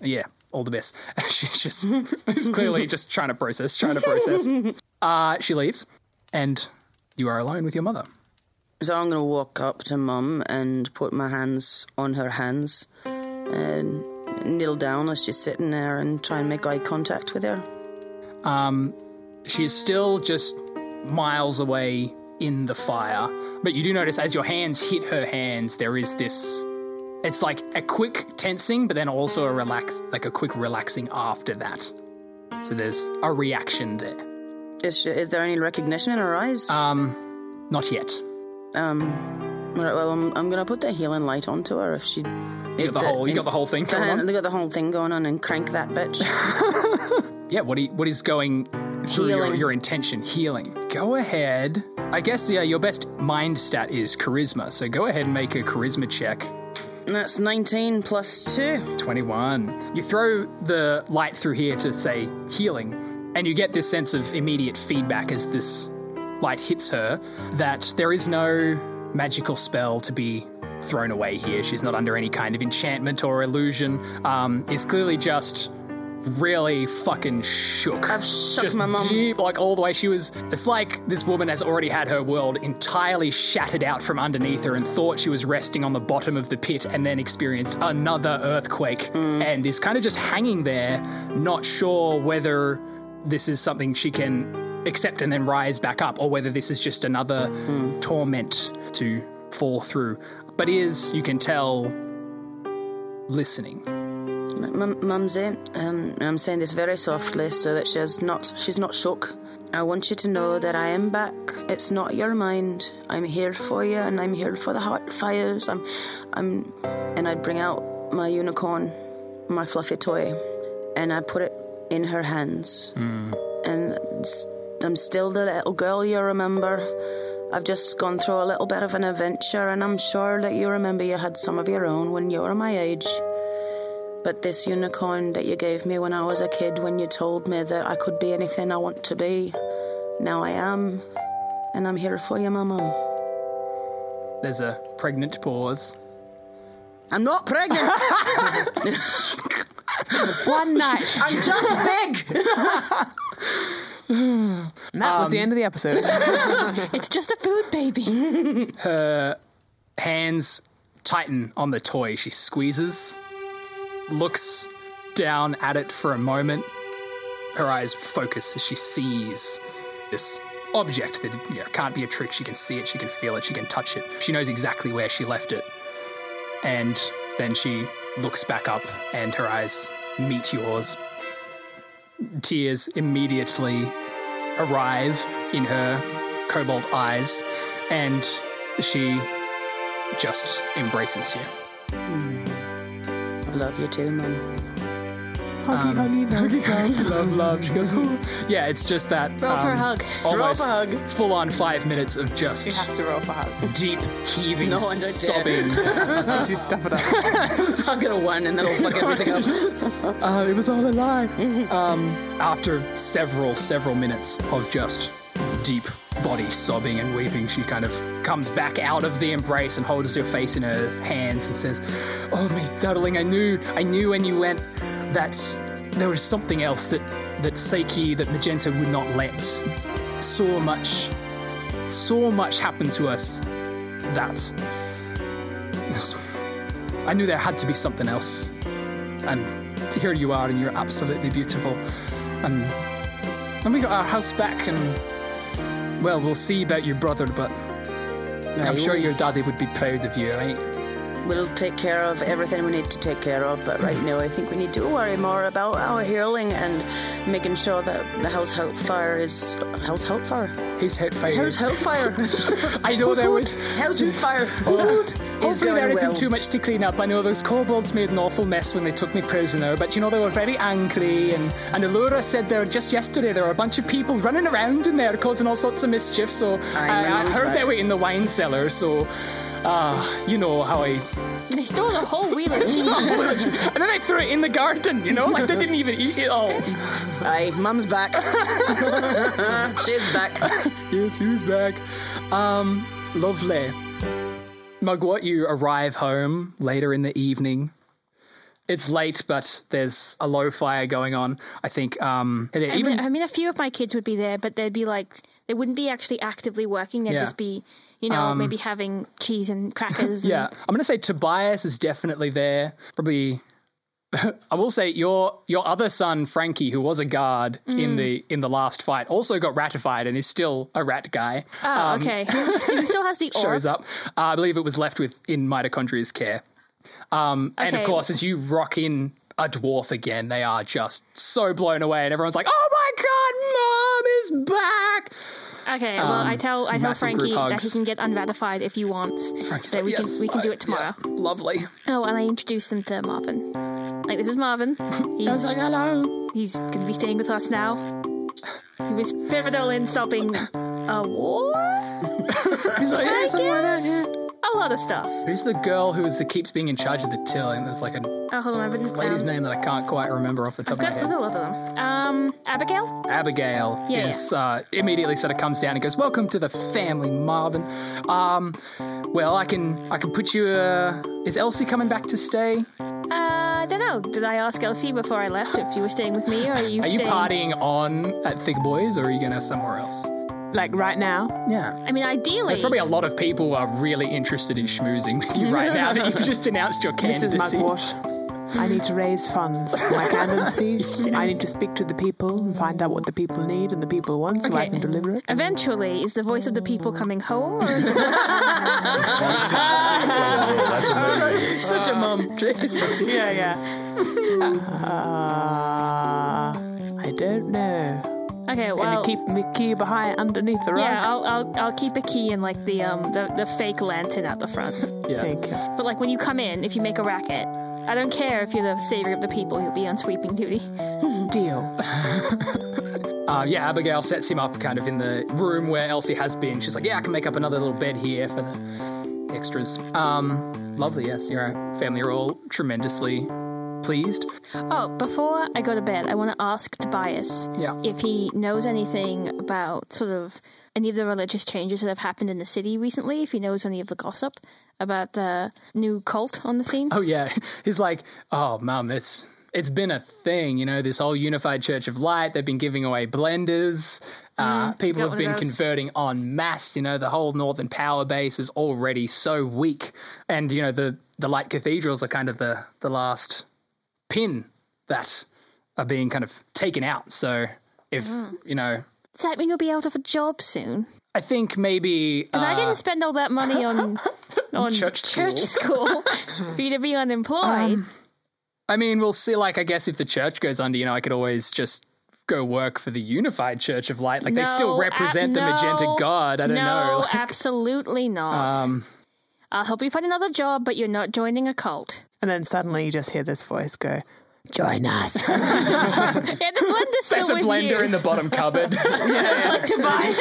Speaker 1: yeah, all the best. (laughs) She's just she's clearly just trying to process, trying to process. Uh, she leaves, and you are alone with your mother.
Speaker 2: So I'm going to walk up to mum and put my hands on her hands and kneel down as she's sitting there and try and make eye contact with her.
Speaker 1: She is still just miles away in the fire, but you do notice as your hands hit her hands, there is this. It's like a quick tensing, but then also a relax, like a quick relaxing after that. So there's a reaction there.
Speaker 2: Is, she, is there any recognition in her eyes?
Speaker 1: Not yet.
Speaker 2: Right, well, I'm, I'm going to put the healing light onto her if she. You
Speaker 1: got the whole- you got the whole thing going on?
Speaker 2: You got the whole thing going on and crank that
Speaker 1: (laughs)
Speaker 2: bitch.
Speaker 1: Yeah, what, do you- what is going through your,
Speaker 2: Healing.
Speaker 1: your intention? Healing. Go ahead. I guess yeah, your best mind stat is charisma. So go ahead and make a charisma check.
Speaker 2: That's 19 plus 2.
Speaker 1: 21. You throw the light through here to say healing, and you get this sense of immediate feedback as this light hits her that there is no magical spell to be thrown away here. She's not under any kind of enchantment or illusion. Um, it's clearly just really fucking shook.
Speaker 2: I've shook
Speaker 1: just
Speaker 2: my mum.
Speaker 1: deep, like all the way she was. It's like this woman has already had her world entirely shattered out from underneath her and thought she was resting on the bottom of the pit and then experienced another earthquake
Speaker 2: Mm.
Speaker 1: and is kind of just hanging there, not sure whether this is something she can accept and then rise back up or whether this is just another
Speaker 2: Mm.
Speaker 1: torment to fall through. But is, you can tell, listening.
Speaker 2: Mum- Mumsy, um, I'm saying this very softly so that she's not she's not shook. I want you to know that I am back. It's not your mind. I'm here for you, and I'm here for the hot fires. I'm, I'm, and I bring out my unicorn, my fluffy toy, and I put it in her hands. And s- I'm still the little girl you remember. I've just gone through a little bit of an adventure, and I'm sure that you remember you had some of your own when you were my age. But this unicorn that you gave me when I was a kid, when you told me that I could be anything I want to be, now I am. And I'm here for you, my mum.
Speaker 1: There's a pregnant pause.
Speaker 2: I'm not (laughs) pregnant.
Speaker 4: One night.
Speaker 2: I'm just big.
Speaker 4: And that was the end of the episode.
Speaker 6: It's just a food baby.
Speaker 1: hands tighten on the toy. She squeezes, looks down at it for a moment. Her eyes focus as she sees this object that you know, can't be a trick. She can see it, she can feel it, she can touch it. She knows exactly where she left it. And then she looks back up and her eyes meet yours. Tears immediately arrive in her cobalt eyes, and she just embraces you.
Speaker 2: I love you too, Mum.
Speaker 1: love, love. She goes, "Ooh." yeah, it's just that. um,
Speaker 6: Roll for a hug.
Speaker 1: Almost
Speaker 2: Roll for a hug.
Speaker 1: full on five minutes of
Speaker 4: You
Speaker 1: just
Speaker 4: have to roll for hug.
Speaker 1: deep heaving,
Speaker 2: No wonder, Dad.
Speaker 1: sobbing.
Speaker 4: As you stuff it
Speaker 2: (laughs)
Speaker 4: up.
Speaker 2: I'm gonna one and that'll fuck everything (laughs) up.
Speaker 1: Uh, it was all a lie. (laughs) um, after several, several minutes of just deep body sobbing and weeping, she kind of comes back out of the embrace and holds her face in her hands and says, "Oh, me darling, I knew, I knew when you went that there was something else that that Seiki, that Magenta would not let. So much, so much happened to us that." I knew there had to be something else and here you are and you're absolutely beautiful and and we got our house back and well we'll see about your brother but i'm sure your daddy would be proud of you right
Speaker 2: We'll take care of everything we need to take care of, but right now I think we need to worry more about our healing and making sure that the house hope fire is house hope fire.
Speaker 1: he's hit fire
Speaker 2: House (laughs) hope fire.
Speaker 1: i know there was
Speaker 2: house hope fire. (laughs)
Speaker 1: Hopefully there
Speaker 2: going
Speaker 1: isn't
Speaker 2: well.
Speaker 1: too much to clean up. I know those kobolds made an awful mess when they took me prisoner, but you know they were very angry and, and Allura said there just yesterday there were a bunch of people running around in there causing all sorts of mischief, so
Speaker 2: Aye,
Speaker 1: I,
Speaker 2: my
Speaker 1: I
Speaker 2: mum's
Speaker 1: heard
Speaker 2: right.
Speaker 1: they were in the wine cellar, so uh, you know how I
Speaker 6: They stole the whole wheel
Speaker 1: (laughs)
Speaker 6: of cheese.
Speaker 1: and then they threw it in the garden, you know? Like they didn't even eat it all.
Speaker 2: Aye, mum's back. (laughs) She's back.
Speaker 1: Yes, who's back? Um, lovely. Mugwort, you arrive home later in the evening. It's late, but there's a low fire going on. I think um, and
Speaker 6: I mean,
Speaker 1: even
Speaker 6: I mean, a few of my kids would be there, but they'd be like, they wouldn't be actually actively working. They'd
Speaker 1: Yeah.
Speaker 6: just be, you know, maybe having cheese and crackers. and-
Speaker 1: yeah, I'm gonna say Tobias is definitely there. Probably, (laughs) I will say your your other son Frankie, who was a guard in the in the last fight, also got ratified and is still a rat guy.
Speaker 6: Oh, okay. so he still has the orb.
Speaker 1: shows up. Uh, I believe it was left with in mitochondria's care. Um, And of
Speaker 6: Okay.
Speaker 1: course, as you rock in a dwarf again, they are just so blown away, and everyone's like, "Oh my god, mom is back!"
Speaker 6: Okay,
Speaker 1: Um,
Speaker 6: well, I tell I
Speaker 1: massive
Speaker 6: tell
Speaker 1: group
Speaker 6: Frankie that he
Speaker 1: hugs.
Speaker 6: can get unratified if he wants.
Speaker 1: Frankie's
Speaker 6: that
Speaker 1: like,
Speaker 6: we
Speaker 1: "Yes,
Speaker 6: can we can do
Speaker 1: I-
Speaker 6: it tomorrow.
Speaker 1: yeah, lovely.
Speaker 6: Oh, and I introduced him to Marvin. Like this is
Speaker 1: (laughs)
Speaker 6: Marvin. He's
Speaker 1: hello.
Speaker 6: he's gonna be staying with us now. He was pivotal in stopping a war,
Speaker 1: He's like, yeah, something like that, yeah.
Speaker 6: a lot of stuff.
Speaker 1: Who's the girl who is the keeps being in charge of the till? And there's like a
Speaker 6: Oh, hold on, I've written it
Speaker 1: lady's
Speaker 6: down.
Speaker 1: name that I can't quite remember off the top
Speaker 6: God,
Speaker 1: of my
Speaker 6: there's
Speaker 1: head.
Speaker 6: a lot of them. Um, Abigail.
Speaker 1: Abigail
Speaker 6: Yeah,
Speaker 1: is uh, immediately sort of comes down and goes, "Welcome to the family, Marvin." Um, well, I can I can put you. Uh, is Elsie coming back to stay?
Speaker 6: Uh, I don't know. Did I ask Elsie before I left if you were staying with me or are you?
Speaker 1: Are you
Speaker 6: staying?
Speaker 1: partying on at Thick Boys, or are you going to somewhere else?
Speaker 4: Like right now.
Speaker 1: Yeah.
Speaker 6: I mean, ideally.
Speaker 1: There's probably a lot of people who are really interested in schmoozing with you right now that you've just announced your
Speaker 4: Mrs.
Speaker 1: candidacy.
Speaker 4: Mugwort. I need to raise funds for my candidacy. I need to speak to the people and find out what the people need and the people want so I
Speaker 6: Okay.
Speaker 4: can deliver it.
Speaker 6: Eventually, is the voice of the people coming home, or is it
Speaker 2: (laughs)
Speaker 5: That's amazing.
Speaker 2: Such a mum.
Speaker 4: Yeah, (laughs) yeah. uh, I don't know.
Speaker 6: (laughs) Okay,
Speaker 4: Gonna
Speaker 6: well,
Speaker 4: keep me key behind underneath the rug.
Speaker 6: yeah, I'll, I'll I'll keep a key in like the um the, the fake lantern at the front.
Speaker 1: (laughs)
Speaker 6: (laughs)
Speaker 1: Yeah.
Speaker 4: Thank you.
Speaker 6: But like when you come in, if you make a racket, I don't care if you're the savior of the people, you'll be on sweeping duty.
Speaker 4: Deal.
Speaker 1: Uh, yeah, Abigail sets him up kind of in the room where Elsie has been. She's like, yeah, I can make up another little bed here for the extras. Um, lovely, yes. Your family are all tremendously pleased.
Speaker 6: Oh, before I go to bed, I want to ask Tobias
Speaker 1: Yeah.
Speaker 6: if he knows anything about sort of any of the religious changes that have happened in the city recently. If he knows any of the gossip about the new cult on the scene.
Speaker 1: (laughs) Oh yeah, he's like, oh mum, it's it's been a thing, you know. This whole Unified Church of Light, they've been giving away blenders. Uh, people have
Speaker 6: got Mm, one of
Speaker 1: been
Speaker 6: those.
Speaker 1: converting en masse. You know, the whole Northern Power Base is already so weak, and you know the the Light Cathedrals are kind of the the last pin that are being kind of taken out. So if
Speaker 6: Mm.
Speaker 1: you know,
Speaker 6: Does that mean you'll be out of a job soon?
Speaker 1: I think maybe
Speaker 6: Because I didn't spend all that money
Speaker 1: (laughs)
Speaker 6: on on
Speaker 1: Uh. Church school. Um,
Speaker 6: school (laughs) for you to be unemployed.
Speaker 1: I mean, we'll see. Like, I guess if the church goes under, you know, I could always just go work for the Unified Church of Light. Like they still
Speaker 6: No, ab-
Speaker 1: represent the magenta
Speaker 6: no,
Speaker 1: god. I don't know. (laughs) Um,
Speaker 6: No,
Speaker 1: Like,
Speaker 6: absolutely not. I'll help you find another job, but you're not joining a
Speaker 1: (laughs)
Speaker 6: cult.
Speaker 4: And then suddenly you just hear this voice go,
Speaker 2: Join
Speaker 5: (laughs)
Speaker 2: us.
Speaker 6: Yeah, the blender's still
Speaker 1: there's a
Speaker 6: with
Speaker 1: blender
Speaker 6: you.
Speaker 1: in the bottom
Speaker 6: (laughs)
Speaker 1: cupboard. (laughs)
Speaker 6: Tobias.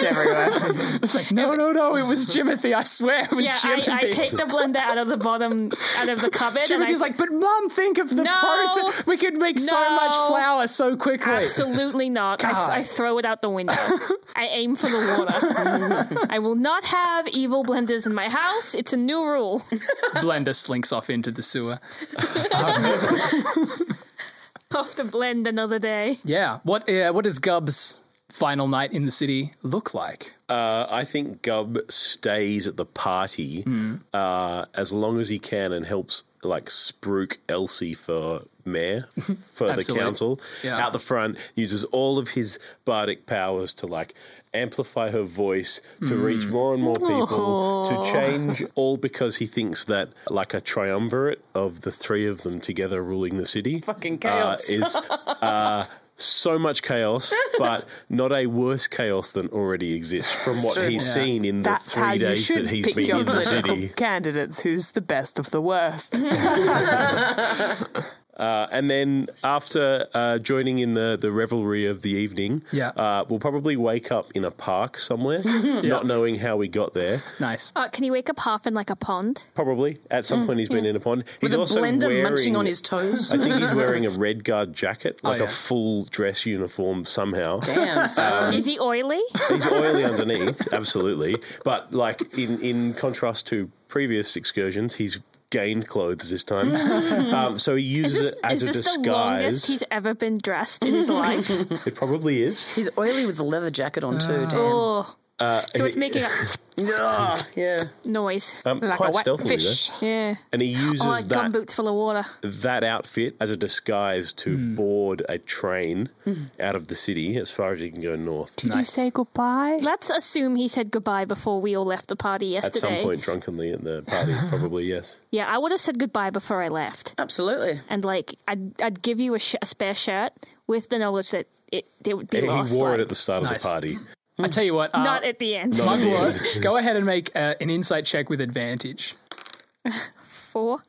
Speaker 1: it's like no, no, no. It was Jimothy. I swear, it was
Speaker 6: Yeah,
Speaker 1: Jimothy.
Speaker 6: I, I take the blender out of the bottom, out of the cupboard. and I
Speaker 1: Timothy's like, but mom, think of the
Speaker 6: No.
Speaker 1: process. We could make so
Speaker 6: No.
Speaker 1: much flour so quickly.
Speaker 6: Absolutely not.
Speaker 1: God.
Speaker 6: I, I throw it out the window. I aim for the
Speaker 1: (laughs)
Speaker 6: water. I will not have evil blenders in my house. It's a new rule.
Speaker 1: (laughs)
Speaker 6: (laughs)
Speaker 1: Blender slinks off into the sewer.
Speaker 6: Have to blend another day.
Speaker 1: Yeah. What? Uh, what does Gub's final night in the city look like?
Speaker 5: Uh, I think Gub stays at the party
Speaker 1: Hmm.
Speaker 5: uh, as long as he can and helps like spruik Elsie for
Speaker 1: (laughs)
Speaker 5: mayor for the
Speaker 1: Absolutely.
Speaker 5: council
Speaker 1: Yeah.
Speaker 5: out the front uses all of his bardic powers to like amplify her voice to
Speaker 4: Mm.
Speaker 5: reach more and more people to change all because he thinks that like a triumvirate of the three of them together ruling the city
Speaker 2: Fucking
Speaker 5: uh,
Speaker 2: chaos.
Speaker 5: is uh, so much
Speaker 4: (laughs)
Speaker 5: chaos, but not a worse chaos than already exists from what
Speaker 2: true.
Speaker 5: he's
Speaker 1: Yeah.
Speaker 5: seen in the
Speaker 4: That's how
Speaker 5: three
Speaker 4: you
Speaker 5: days
Speaker 4: should
Speaker 5: that he's
Speaker 4: pick
Speaker 5: been
Speaker 4: your
Speaker 5: in the
Speaker 4: political
Speaker 5: city.
Speaker 4: candidates. Who's the best of the worst?
Speaker 5: Uh, and then after uh, joining in the, the revelry of the evening,
Speaker 1: Yeah.
Speaker 5: uh, we'll probably wake up in a
Speaker 2: (laughs)
Speaker 5: park somewhere, not knowing how we got there.
Speaker 1: Nice.
Speaker 6: Uh, can you wake up half in like a pond?
Speaker 5: Probably at some point he's been in a pond. He's
Speaker 2: Mm, With a
Speaker 5: also
Speaker 2: blender
Speaker 5: wearing,
Speaker 2: munching on his (laughs) toes. Oh,
Speaker 5: I think he's wearing a red guard jacket, like
Speaker 1: yeah.
Speaker 5: a full dress uniform somehow.
Speaker 2: Damn,
Speaker 1: Uh,
Speaker 2: so
Speaker 6: Is he oily?
Speaker 5: He's oily underneath, absolutely. But like in in contrast to previous excursions, he's gained clothes this
Speaker 6: (laughs)
Speaker 5: time. Um, so he
Speaker 6: Is
Speaker 5: uses
Speaker 6: this,
Speaker 5: it as
Speaker 6: is
Speaker 5: a
Speaker 6: this the longest
Speaker 5: disguise.
Speaker 6: he's ever been dressed in his life?
Speaker 5: (laughs) It probably is.
Speaker 2: he's oily with the leather jacket on too. Damn.
Speaker 6: oh. so it's
Speaker 5: he-
Speaker 6: making a
Speaker 2: Ugh, yeah.
Speaker 6: noise.
Speaker 5: Um,
Speaker 4: like
Speaker 5: quite
Speaker 4: a wet
Speaker 5: stealthily
Speaker 4: fish.
Speaker 5: though.
Speaker 6: Yeah.
Speaker 5: And he uses
Speaker 6: Oh, like
Speaker 5: that
Speaker 6: gumboots full of water.
Speaker 5: that outfit as a disguise to board a train
Speaker 6: Hmm.
Speaker 5: out of the city as far as he can go north.
Speaker 4: Did you say
Speaker 5: (laughs)
Speaker 4: goodbye?
Speaker 6: Let's assume he said goodbye before we all left the party
Speaker 5: At
Speaker 6: yesterday.
Speaker 5: some point, drunkenly at the party, probably yes.
Speaker 6: Yeah, I would have said goodbye before I left.
Speaker 2: Absolutely.
Speaker 6: and like I'd I'd give you a, sh- a spare shirt with the knowledge that it it would be
Speaker 5: He
Speaker 6: lost.
Speaker 5: wore
Speaker 6: like,
Speaker 5: it at the start
Speaker 1: Nice.
Speaker 5: of the party.
Speaker 1: I tell you what. Uh,
Speaker 6: not at the end.
Speaker 5: Not at the end.
Speaker 1: Mugwort, go ahead and make uh, an insight check with advantage.
Speaker 6: (laughs) Four,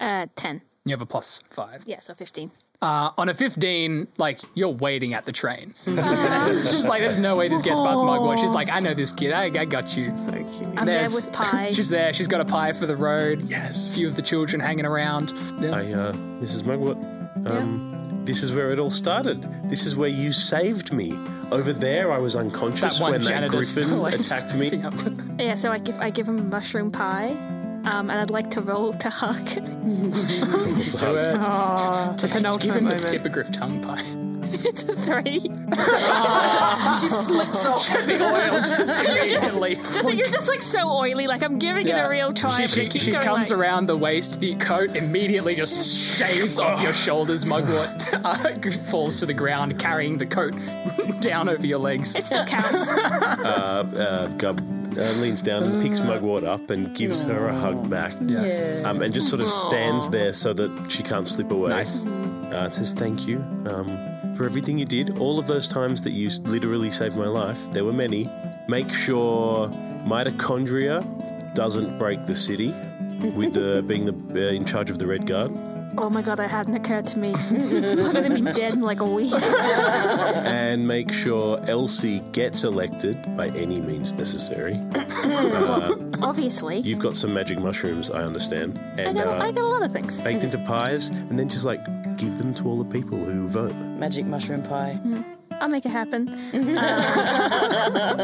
Speaker 6: uh, ten.
Speaker 1: You have a plus five.
Speaker 6: Yeah, so fifteen.
Speaker 1: Uh, on a 15, like, you're waiting at the train. (laughs) it's just like, there's no way this gets past Mugwort. She's like, I know this kid. I, I got you.
Speaker 4: So cute.
Speaker 6: I'm
Speaker 1: There's-
Speaker 6: there with
Speaker 1: (laughs)
Speaker 6: pie.
Speaker 1: She's there. She's got a pie for the road. A
Speaker 5: Yes.
Speaker 1: few of the children hanging around. Yeah.
Speaker 5: I, uh, Mrs. Mugwort, um, this is where it all started. This is where you saved me. Over there, I was unconscious when that
Speaker 1: janitor's (laughs)
Speaker 5: griffin
Speaker 1: still, like,
Speaker 5: attacked me.
Speaker 1: scooping up.
Speaker 6: yeah, so I give I give him a mushroom pie, um, and I'd like to roll to hug. (laughs)
Speaker 1: Do it.
Speaker 4: the
Speaker 1: Give
Speaker 4: penultimate
Speaker 1: him a
Speaker 4: moment.
Speaker 1: hippogriff tongue pie.
Speaker 6: it's a three.
Speaker 2: She slips
Speaker 1: (laughs)
Speaker 2: off.
Speaker 1: The oil (laughs) just immediately.
Speaker 6: Just like, you're just like so oily. Like I'm giving it
Speaker 1: Yeah.
Speaker 6: a real try.
Speaker 1: She,
Speaker 6: but
Speaker 1: she,
Speaker 6: it keeps
Speaker 1: she
Speaker 6: going,
Speaker 1: comes
Speaker 6: like-
Speaker 1: around the waist, the coat immediately just shaves off your shoulders.
Speaker 6: (laughs)
Speaker 1: Mugwort uh, (laughs) falls to the ground, carrying the coat (laughs) down over your legs.
Speaker 6: It still counts.
Speaker 5: Uh, Gub uh, leans down and picks Mugwort up and gives her a hug back.
Speaker 1: Mm. Yes.
Speaker 5: Um, and just sort of stands there so that she can't slip away.
Speaker 1: Nice.
Speaker 5: Uh, it says thank you um, for everything you did. All of those times that you s- literally saved my life, there were many. Make sure mitochondria doesn't break the city
Speaker 1: (laughs)
Speaker 5: with uh, being the, uh, in charge of the Red Guard.
Speaker 6: oh my god, that hadn't occurred to me. I'm gonna be dead in like a week.
Speaker 1: Uh-uh.
Speaker 5: And make sure Elsie gets elected by any means necessary.
Speaker 6: Obviously,
Speaker 5: You've got some magic mushrooms, I understand.
Speaker 6: I
Speaker 5: And
Speaker 6: got I
Speaker 5: uh,
Speaker 6: got a lot of things.
Speaker 5: baked into pies, and then just like give them to all the people who vote.
Speaker 2: Magic mushroom pie.
Speaker 6: I'll make
Speaker 5: (laughs)
Speaker 6: it happen. Uh,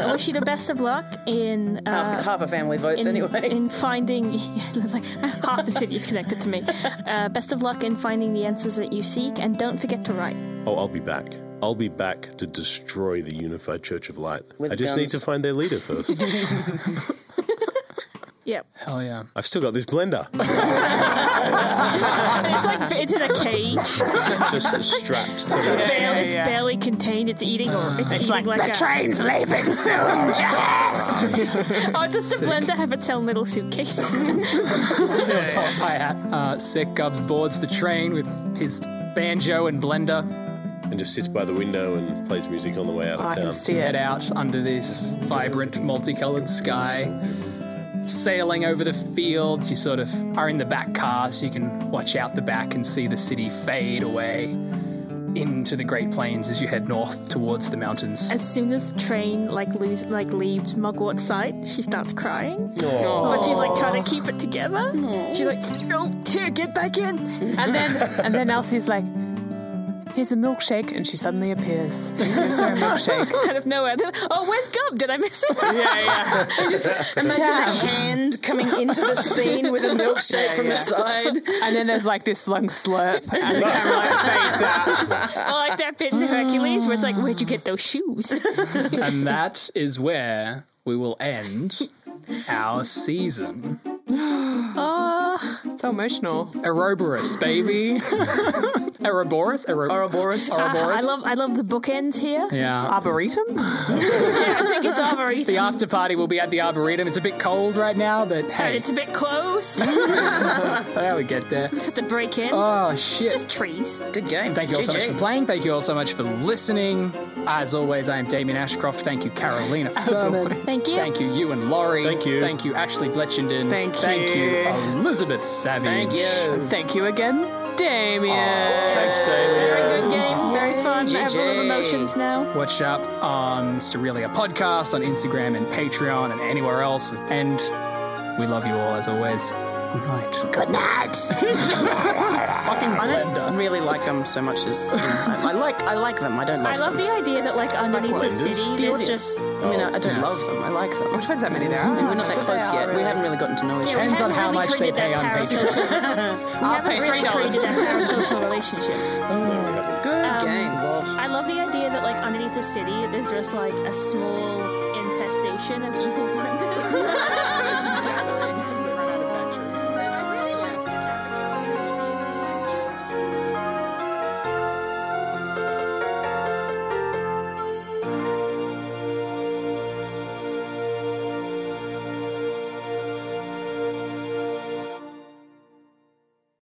Speaker 6: I wish you the best of luck in uh,
Speaker 2: half, half a family votes
Speaker 6: in,
Speaker 2: anyway.
Speaker 6: in finding. (laughs) like, half the city is connected to me. Uh, best of luck in finding the answers that you seek, and don't forget to write.
Speaker 5: Oh, I'll be back. I'll be back to destroy the Unified Church of Light.
Speaker 2: With
Speaker 5: I just need
Speaker 2: guns.
Speaker 5: to find their leader
Speaker 4: (laughs)
Speaker 5: first.
Speaker 6: Yep,
Speaker 1: Hell yeah.
Speaker 5: I've still got this blender.
Speaker 6: (laughs) it's like it's in a cage.
Speaker 5: It's just
Speaker 4: (laughs)
Speaker 5: strapped to
Speaker 6: It's,
Speaker 5: the.
Speaker 6: barely, it's
Speaker 4: yeah.
Speaker 6: barely contained. It's eating. Or it's, eating like, a.
Speaker 2: train's leaving
Speaker 6: (laughs)
Speaker 2: soon, Jess!
Speaker 6: oh, does the blender have its own little suitcase?
Speaker 1: Pop pie hat. Uh, sick Gubbs boards the train with his banjo and blender.
Speaker 5: and just sits by the window and plays music on the way out of
Speaker 4: I
Speaker 5: town.
Speaker 4: can see
Speaker 1: head
Speaker 4: it.
Speaker 1: out under this vibrant, multicolored sky. Sailing over the fields, you sort of are in the back car, so you can watch out the back and see the city fade away into the Great Plains as you head north towards the mountains.
Speaker 6: As soon as the train like lose, like leaves Mugwort's sight, she starts crying.
Speaker 5: Aw.
Speaker 6: But she's like trying to keep it together. She's like, "No, here, get back in." (laughs)
Speaker 4: And then and then Elsie's like, here's a milkshake, and she
Speaker 5: (laughs)
Speaker 4: suddenly appears. And gives her a milkshake.
Speaker 6: Out of nowhere, Then, oh, where's Gub? Did I miss it?
Speaker 1: (laughs)
Speaker 6: (laughs)
Speaker 1: yeah, yeah.
Speaker 2: Imagine a hand coming into the scene with a milkshake from the side.
Speaker 4: And then there's like this
Speaker 5: (laughs)
Speaker 4: long slurp. And the camera
Speaker 6: I like that bit in Hercules where it's like, "Where'd you get those shoes?"
Speaker 1: and that is where we will end our season.
Speaker 4: It's so emotional.
Speaker 1: Ouroboros, baby. (laughs) Ouroboros? Ouro- Ouroboros.
Speaker 2: Ouroboros.
Speaker 6: Ah, I love, I love the bookend here.
Speaker 1: yeah.
Speaker 4: Arboretum?
Speaker 6: I think it's
Speaker 1: (laughs)
Speaker 6: Arboretum.
Speaker 1: The after party will be at the Arboretum. It's a bit cold right now, but
Speaker 6: And
Speaker 1: hey,
Speaker 6: it's a bit closed.
Speaker 1: how we get there.
Speaker 6: Just the break in.
Speaker 1: Oh,
Speaker 6: it's
Speaker 1: shit.
Speaker 6: just trees.
Speaker 2: Good game.
Speaker 1: Thank you all so much for playing. Thank you all so much for listening. As always, I am Damien Ashcroft. Thank you, Carolina Furman.
Speaker 6: Thank you.
Speaker 1: Thank you, you and Laurie.
Speaker 5: Thank you.
Speaker 1: Thank you, Ashley Bletchenden.
Speaker 4: Thank
Speaker 1: Thank you,
Speaker 4: you.
Speaker 1: Elizabeth Savage.
Speaker 2: Thank you.
Speaker 4: Thank you again, Damien.
Speaker 5: Oh, Thanks, Damien.
Speaker 6: Very good game. Very fun. I have a lot of
Speaker 2: GG.
Speaker 6: emotions now.
Speaker 1: Watch up on Surrealia Podcast, on Instagram and Patreon and anywhere else. And we love you all as always. Good night.
Speaker 2: Good night.
Speaker 1: Fucking Glenda.
Speaker 2: really like them so much as I, I like I like them. I don't love
Speaker 6: I love
Speaker 2: them.
Speaker 6: the idea that like underneath the
Speaker 5: Blenders?
Speaker 6: city,
Speaker 2: The
Speaker 6: there's
Speaker 2: audience.
Speaker 6: just
Speaker 2: I mean, I, I don't
Speaker 1: Yes.
Speaker 2: love them. I like them.
Speaker 4: Which one's that many there?
Speaker 2: We're not that close yet. We haven't really gotten to know each other.
Speaker 1: Depends on how much they pay on Patreon.
Speaker 6: I haven't
Speaker 1: pay
Speaker 6: really created
Speaker 1: $3.
Speaker 6: that parasocial relationship.
Speaker 2: Good game.
Speaker 6: I love the idea that like (laughs) underneath the city, there's just like a small infestation of evil blenders.